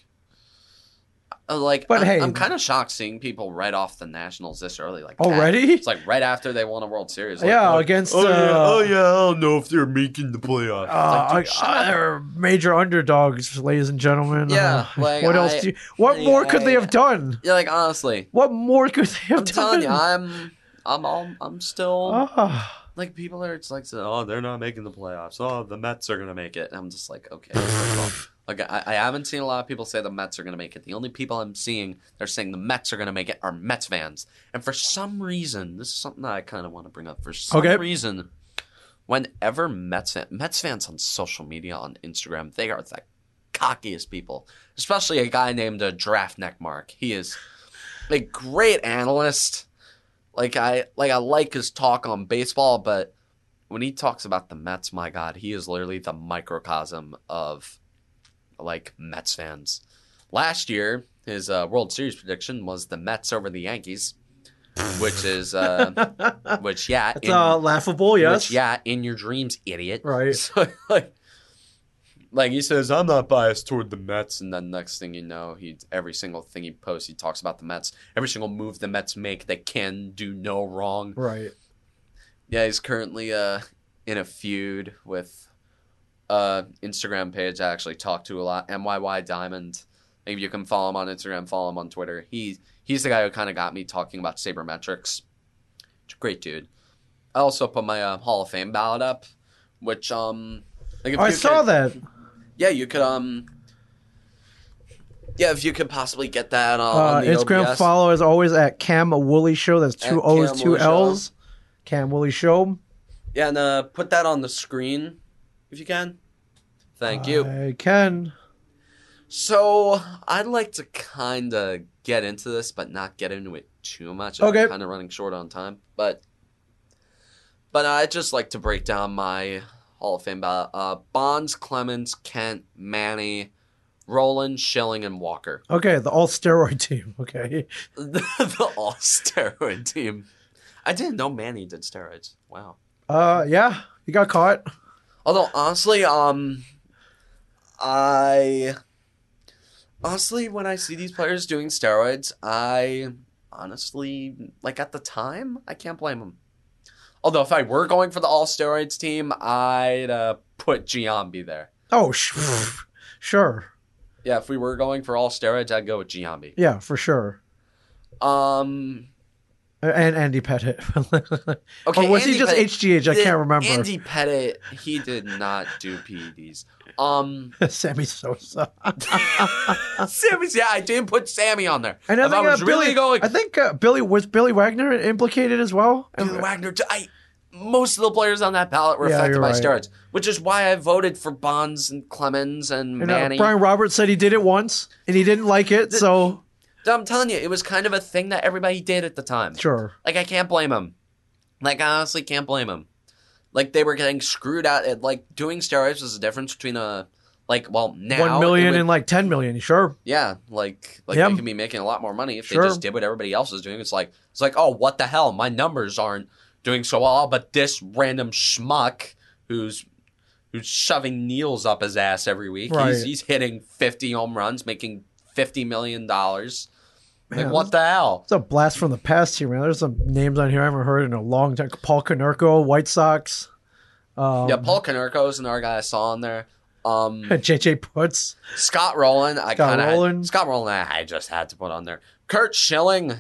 Speaker 1: Uh, like,
Speaker 2: But
Speaker 1: I'm,
Speaker 2: hey-
Speaker 1: I'm kind of shocked seeing people write off the Nationals this early. Like, that.
Speaker 2: Already?
Speaker 1: It's like right after they won a World Series. Like,
Speaker 2: yeah,
Speaker 1: oh,
Speaker 2: against
Speaker 3: Oh, yeah,
Speaker 2: uh,
Speaker 3: oh, yeah. I don't know if they're making the playoffs.
Speaker 2: Uh,
Speaker 1: Like, dude, shut up.
Speaker 2: they're major underdogs, ladies and gentlemen.
Speaker 1: Yeah,
Speaker 2: Uh,
Speaker 1: like,
Speaker 2: what else?
Speaker 1: I-
Speaker 2: Do you, what
Speaker 1: I-
Speaker 2: more could they
Speaker 1: I-
Speaker 2: have done?
Speaker 1: yeah, like honestly,
Speaker 2: What more could they have
Speaker 1: I'm
Speaker 2: done?
Speaker 1: telling you, I'm, I'm, all, I'm still.
Speaker 2: Ah,
Speaker 1: like people are just like saying, oh they're not making the playoffs oh the mets are gonna make it and i'm just like okay well, like I, I haven't seen a lot of people say the mets are gonna make it the only people i'm seeing they're saying the mets are gonna make it are mets fans and for some reason this is something that i kind of want to bring up for some
Speaker 2: Okay.
Speaker 1: reason whenever mets fan, mets fans on social media on instagram they are the cockiest people especially a guy named uh, draft neck mark he is a great analyst like I like I like his talk on baseball, but when he talks about the Mets, my God, he is literally the microcosm of like Mets fans. Last year, his uh, World Series prediction was the Mets over the Yankees, which is uh, which yeah,
Speaker 2: it's uh, laughable. Yes.
Speaker 1: which, yeah, in your dreams, idiot.
Speaker 2: Right.
Speaker 1: So, like, like he says, I'm not biased toward
Speaker 3: the Mets.
Speaker 1: and then next thing you know, he every single thing he posts, he talks about the Mets. Every single move the Mets make, they can do no wrong.
Speaker 2: Right.
Speaker 1: Yeah, he's currently uh in a feud with uh Instagram page I actually talk to a lot, MYY Diamond. Maybe you can follow him on Instagram, follow him on Twitter. He he's the guy who kind of got me talking about sabermetrics. He's a Great dude. I also put my uh, Hall of Fame ballot up, which um like if
Speaker 2: I
Speaker 1: you
Speaker 2: saw
Speaker 1: could-
Speaker 2: that.
Speaker 1: yeah, you could um. Yeah, if you could possibly get that on,
Speaker 2: Uh,
Speaker 1: on the
Speaker 2: Instagram
Speaker 1: OBS.
Speaker 2: follow is always at Cam Woolley Show. That's two
Speaker 1: At
Speaker 2: O's,
Speaker 1: Cam
Speaker 2: two
Speaker 1: Woolley Show.
Speaker 2: L's. Cam Woolley Show.
Speaker 1: Yeah, and uh, put that on the screen if you can. Thank you.
Speaker 2: I can.
Speaker 1: So I'd like to kind of get into this, but not get into it too much.
Speaker 2: Okay.
Speaker 1: I'm kind of running short on time, but but I'd just like to break down my Hall of Fame ballot. Uh, Bonds, Clemens, Kent, Manny, Roland, Schilling, and Walker.
Speaker 2: Okay, the all steroid team. Okay.
Speaker 1: the, the all steroid team. I didn't know Manny did steroids. Wow.
Speaker 2: Uh, yeah, you got caught.
Speaker 1: Although honestly, um, I honestly when I see these players doing steroids, I honestly like at the time I can't blame them. Although if I were going for the all steroids team, I'd uh, put Giambi there.
Speaker 2: Oh, sh- sure.
Speaker 1: Yeah, if we were going for all steroids, I'd go with Giambi.
Speaker 2: Yeah, for sure.
Speaker 1: Um,
Speaker 2: And Andy Pettit.
Speaker 1: okay,
Speaker 2: or was he
Speaker 1: Andy
Speaker 2: just
Speaker 1: Pettit-
Speaker 2: HGH? I
Speaker 1: The-
Speaker 2: can't remember.
Speaker 1: Andy Pettit, he did not do PEDs. Um,
Speaker 2: Sammy Sosa.
Speaker 1: Sammy's, yeah, I didn't put Sammy on there.
Speaker 2: And I
Speaker 1: if I
Speaker 2: think
Speaker 1: was
Speaker 2: uh,
Speaker 1: really
Speaker 2: Billy.
Speaker 1: going,
Speaker 2: I think uh, Billy was Billy Wagner implicated as well. uh,
Speaker 1: Billy Wagner, I most of the players on that ballot were
Speaker 2: Yeah,
Speaker 1: affected
Speaker 2: you're
Speaker 1: by
Speaker 2: right.
Speaker 1: steroids, which is why I voted for Bonds and Clemens and
Speaker 2: And, uh,
Speaker 1: Manny.
Speaker 2: Brian Roberts said he did it once and he didn't like it, so
Speaker 1: I'm telling you, it was kind of a thing that everybody did at the time.
Speaker 2: sure.
Speaker 1: Like I can't blame him. Like I honestly can't blame him. Like they were getting screwed out. At, like doing steroids was the difference between a Like, well, now
Speaker 2: One
Speaker 1: it
Speaker 2: million
Speaker 1: would-
Speaker 2: and like ten million, sure.
Speaker 1: yeah, like like
Speaker 2: Yeah.
Speaker 1: they could be making a lot more money if
Speaker 2: Sure.
Speaker 1: they just did what everybody else is doing. It's like it's like, oh, what the hell? My numbers aren't doing so well, but this random schmuck who's who's shoving Neils up his ass every week, he's
Speaker 2: Right.
Speaker 1: he's hitting fifty home runs, making fifty million dollars. Like
Speaker 2: Man,
Speaker 1: what the hell?
Speaker 2: It's a blast from the past here, man. There's some names on here I haven't heard in a long time. Paul Konerko, White Sox. Um,
Speaker 1: yeah, Paul Konerko is another guy I saw on there. Um,
Speaker 2: JJ Putz.
Speaker 1: Scott Rowland, I
Speaker 2: Scott
Speaker 1: kind of
Speaker 2: Rowland.
Speaker 1: Scott Rowland, I I just had to put on there. Kurt Schilling,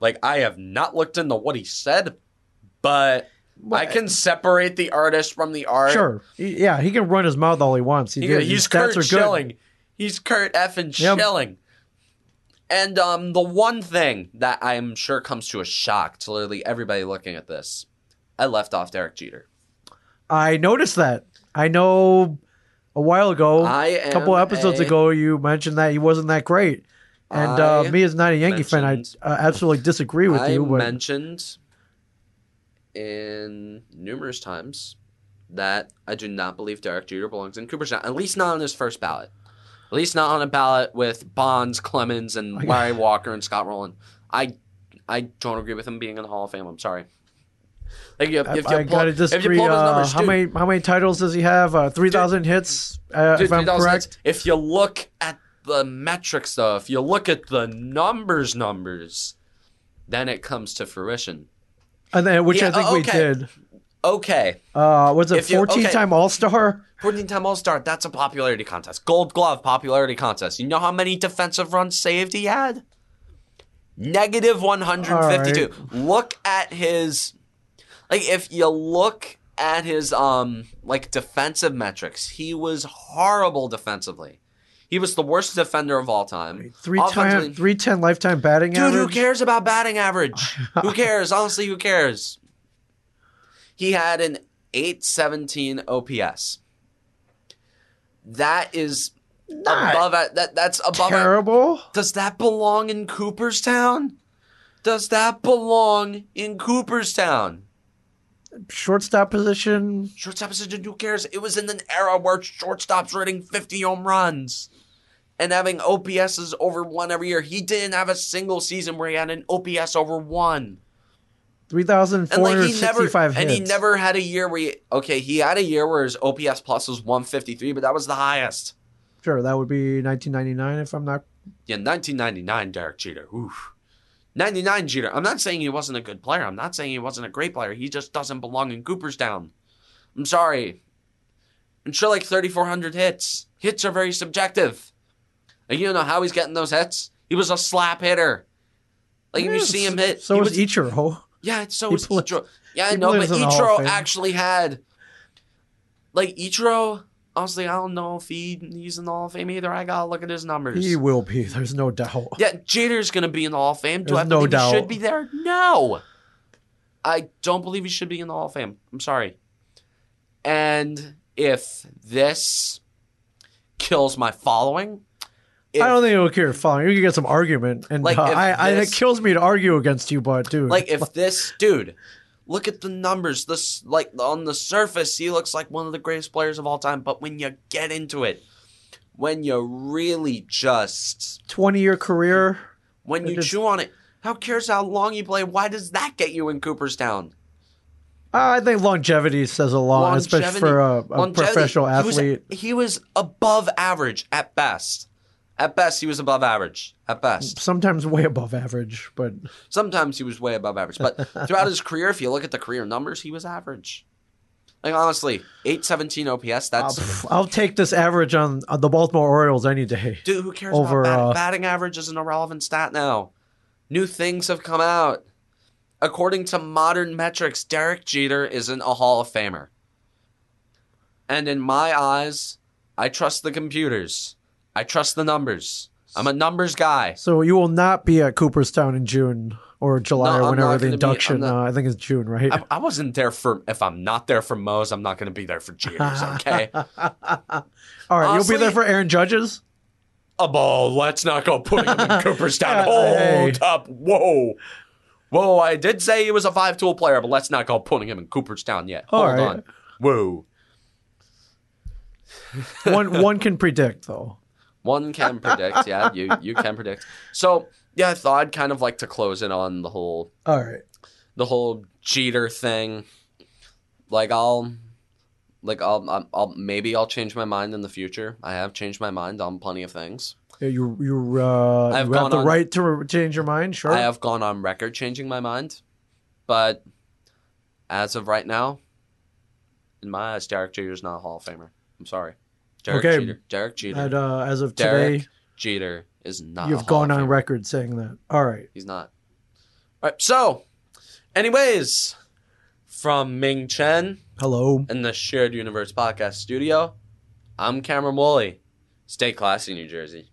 Speaker 1: like I have not looked into what he said, but I can separate the artist from the art.
Speaker 2: Sure. He- yeah, he can run his mouth all he wants. He,
Speaker 1: He-
Speaker 2: did-
Speaker 1: he's
Speaker 2: his stats
Speaker 1: Kurt
Speaker 2: are good.
Speaker 1: Schilling. He's Kurt effing
Speaker 2: Yep.
Speaker 1: Schilling. And um, the one thing that I'm sure comes to a shock to literally everybody looking at this, I left off Derek Jeter.
Speaker 2: I noticed that. I know a while ago, a
Speaker 1: I am
Speaker 2: couple episodes
Speaker 1: a-
Speaker 2: ago, you mentioned that he wasn't that great. And uh,
Speaker 1: I
Speaker 2: me as not a Yankee fan, I
Speaker 1: mentioned-
Speaker 2: uh, absolutely disagree with
Speaker 1: I
Speaker 2: you. But
Speaker 1: mentioned in numerous times that I do not believe Derek Jeter belongs in Cooperstown, at least not on his first ballot. At least not on a ballot with Bonds, Clemens, and Larry Walker and Scott Rowland. I I don't agree with him being in the Hall of Fame. I'm sorry. Like you- if,
Speaker 2: I,
Speaker 1: you
Speaker 2: I
Speaker 1: pull,
Speaker 2: gotta
Speaker 1: if you
Speaker 2: disagree.
Speaker 1: pull up his
Speaker 2: uh,
Speaker 1: numbers,
Speaker 2: how
Speaker 1: dude,
Speaker 2: many how many titles does he have? Uh, Three thousand hits, uh,
Speaker 1: dude,
Speaker 2: if I'm
Speaker 1: 2000
Speaker 2: correct.
Speaker 1: if you look at the metrics, though, if you look at the numbers, numbers, then it comes to fruition.
Speaker 2: And then, which
Speaker 1: Yeah, oh,
Speaker 2: I think we
Speaker 1: okay.
Speaker 2: did.
Speaker 1: Okay,
Speaker 2: Uh, was it
Speaker 1: If you- okay.
Speaker 2: fourteen time All Star?
Speaker 1: 14 time All Star, that's a popularity contest. Gold Glove popularity contest. You know how many defensive runs saved he had? Negative 152. Look at his. Like, if you look at his, um, like, defensive metrics, he was horrible defensively. He was the worst defender of all time.
Speaker 2: Three
Speaker 1: Offensively-
Speaker 2: time three ten lifetime batting
Speaker 1: Dude, who
Speaker 2: average.
Speaker 1: cares about batting average? who cares? Honestly, who cares? He had an 817 OPS. That is
Speaker 2: Not
Speaker 1: above a- that that's above a-
Speaker 2: Terrible.
Speaker 1: Does that belong in Cooperstown? Does that belong in Cooperstown?
Speaker 2: Shortstop position.
Speaker 1: Shortstop position, who cares? It was in an era where shortstops were hitting 50 home runs and having OPSs over one every year. He didn't have a single season where he had an OPS over one.
Speaker 2: Three thousand
Speaker 1: And
Speaker 2: four
Speaker 1: like
Speaker 2: hundred
Speaker 1: he never
Speaker 2: sixty-five hits.
Speaker 1: and he never had a year where he okay, he had a year where his OPS plus was 153, but that was the highest.
Speaker 2: Sure, that would be 1999 if I'm not.
Speaker 1: Yeah, 1999 Derek Jeter. Oof. 99 Jeter. I'm not saying he wasn't a good player. I'm not saying he wasn't a great player. He just doesn't belong in Cooperstown. I'm sorry. I'm sure like 3,400 hits. Hits are very subjective. Like, you don't know how he's getting those hits. He was a slap hitter. Like, if you see him hit,
Speaker 2: So
Speaker 1: he
Speaker 2: was
Speaker 1: was
Speaker 2: Ichiro.
Speaker 1: yeah, it's so
Speaker 2: He
Speaker 1: is
Speaker 2: pl-
Speaker 1: Ichiro. Yeah, I
Speaker 2: he
Speaker 1: know, but
Speaker 2: plays in the Hall of
Speaker 1: Ichiro
Speaker 2: Fame.
Speaker 1: actually had like Ichiro. Honestly, I don't know if he he's in the Hall of Fame either. I gotta look at his numbers.
Speaker 2: He will be. There's no doubt.
Speaker 1: yeah, Jeter's gonna be in the Hall of Fame. Do I
Speaker 2: There's no
Speaker 1: believe
Speaker 2: doubt.
Speaker 1: he should be there? No, I don't believe he should be in the Hall of Fame. I'm sorry. And if this kills my following, if,
Speaker 2: I don't think it'll care. Following you can get some argument, and
Speaker 1: Like,
Speaker 2: uh,
Speaker 1: if
Speaker 2: I, I, it
Speaker 1: this-
Speaker 2: kills me to argue against you, but dude,
Speaker 1: Like if this dude, look at the numbers. This like on the surface, he looks like one of the greatest players of all time. But when you get into it, when you really just
Speaker 2: 20 year career.
Speaker 1: when
Speaker 2: It
Speaker 1: you
Speaker 2: is-
Speaker 1: chew on it, how cares how long you play? Why does that get you in Cooperstown?
Speaker 2: uh, I think longevity says a lot, Uh, especially for a, a
Speaker 1: longevity,
Speaker 2: professional
Speaker 1: he was-
Speaker 2: athlete.
Speaker 1: He was, above average at best. At best, he was above average. At best,
Speaker 2: Sometimes way above average, but
Speaker 1: sometimes he was way above average. But throughout his career, if you look at the career numbers, he was average. Like honestly, eight seventeen OPS.
Speaker 2: I'll,
Speaker 1: That's
Speaker 2: I'll take this average on, on the Baltimore Orioles any day.
Speaker 1: Dude, who cares
Speaker 2: over,
Speaker 1: about batting?
Speaker 2: uh,
Speaker 1: batting average is an irrelevant stat now. New things have come out. According to modern metrics, Derek Jeter isn't a Hall of Famer. And in my eyes, I trust the computers. I trust the numbers. I'm a numbers guy.
Speaker 2: So you will not be at Cooperstown in June or July
Speaker 1: No, I'm
Speaker 2: or whenever
Speaker 1: not gonna
Speaker 2: the
Speaker 1: be- I'm
Speaker 2: induction.
Speaker 1: not-
Speaker 2: uh, I think it's June, right?
Speaker 1: I, I wasn't there for. If I'm not there for Moe's, I'm not going to be there for Jeter's. Okay.
Speaker 2: All right,
Speaker 1: Honestly-
Speaker 2: you'll be there for Aaron Judges.
Speaker 1: a ball. Let's not go putting him in Cooperstown.
Speaker 2: Yeah,
Speaker 1: Hold
Speaker 2: hey.
Speaker 1: up. Whoa. Whoa, I did say he was a five tool player, but let's not go putting him in Cooperstown yet.
Speaker 2: All
Speaker 1: Hold
Speaker 2: right.
Speaker 1: on. Whoa.
Speaker 2: One one can predict though.
Speaker 1: One can predict. Yeah, you you can predict. So yeah, I thought I'd kind of like to close in on the whole
Speaker 2: All right.
Speaker 1: the whole Jeter thing. Like I'll, like I'll, I'll, I'll maybe I'll change my mind in the future. I have changed my mind on plenty of things.
Speaker 2: Yeah, you you uh,
Speaker 1: I've
Speaker 2: you have
Speaker 1: gone
Speaker 2: the
Speaker 1: on-
Speaker 2: right to re- change your mind. Sure.
Speaker 1: I have gone on record changing my mind, but as of right now, in my eyes, Derek Jeter is not a Hall of Famer. I'm sorry, Derek
Speaker 2: Okay.
Speaker 1: Jeter. Derek Jeter.
Speaker 2: And, uh, as of
Speaker 1: Derek
Speaker 2: today,
Speaker 1: Jeter is not. a
Speaker 2: you've
Speaker 1: Hall
Speaker 2: gone
Speaker 1: of
Speaker 2: on
Speaker 1: Famer.
Speaker 2: record saying that. All right.
Speaker 1: He's not. All right. So, anyways, from Ming Chen
Speaker 2: Hello.
Speaker 1: in the Shared Universe Podcast Studio, I'm Cameron Woolley. Stay classy, New Jersey.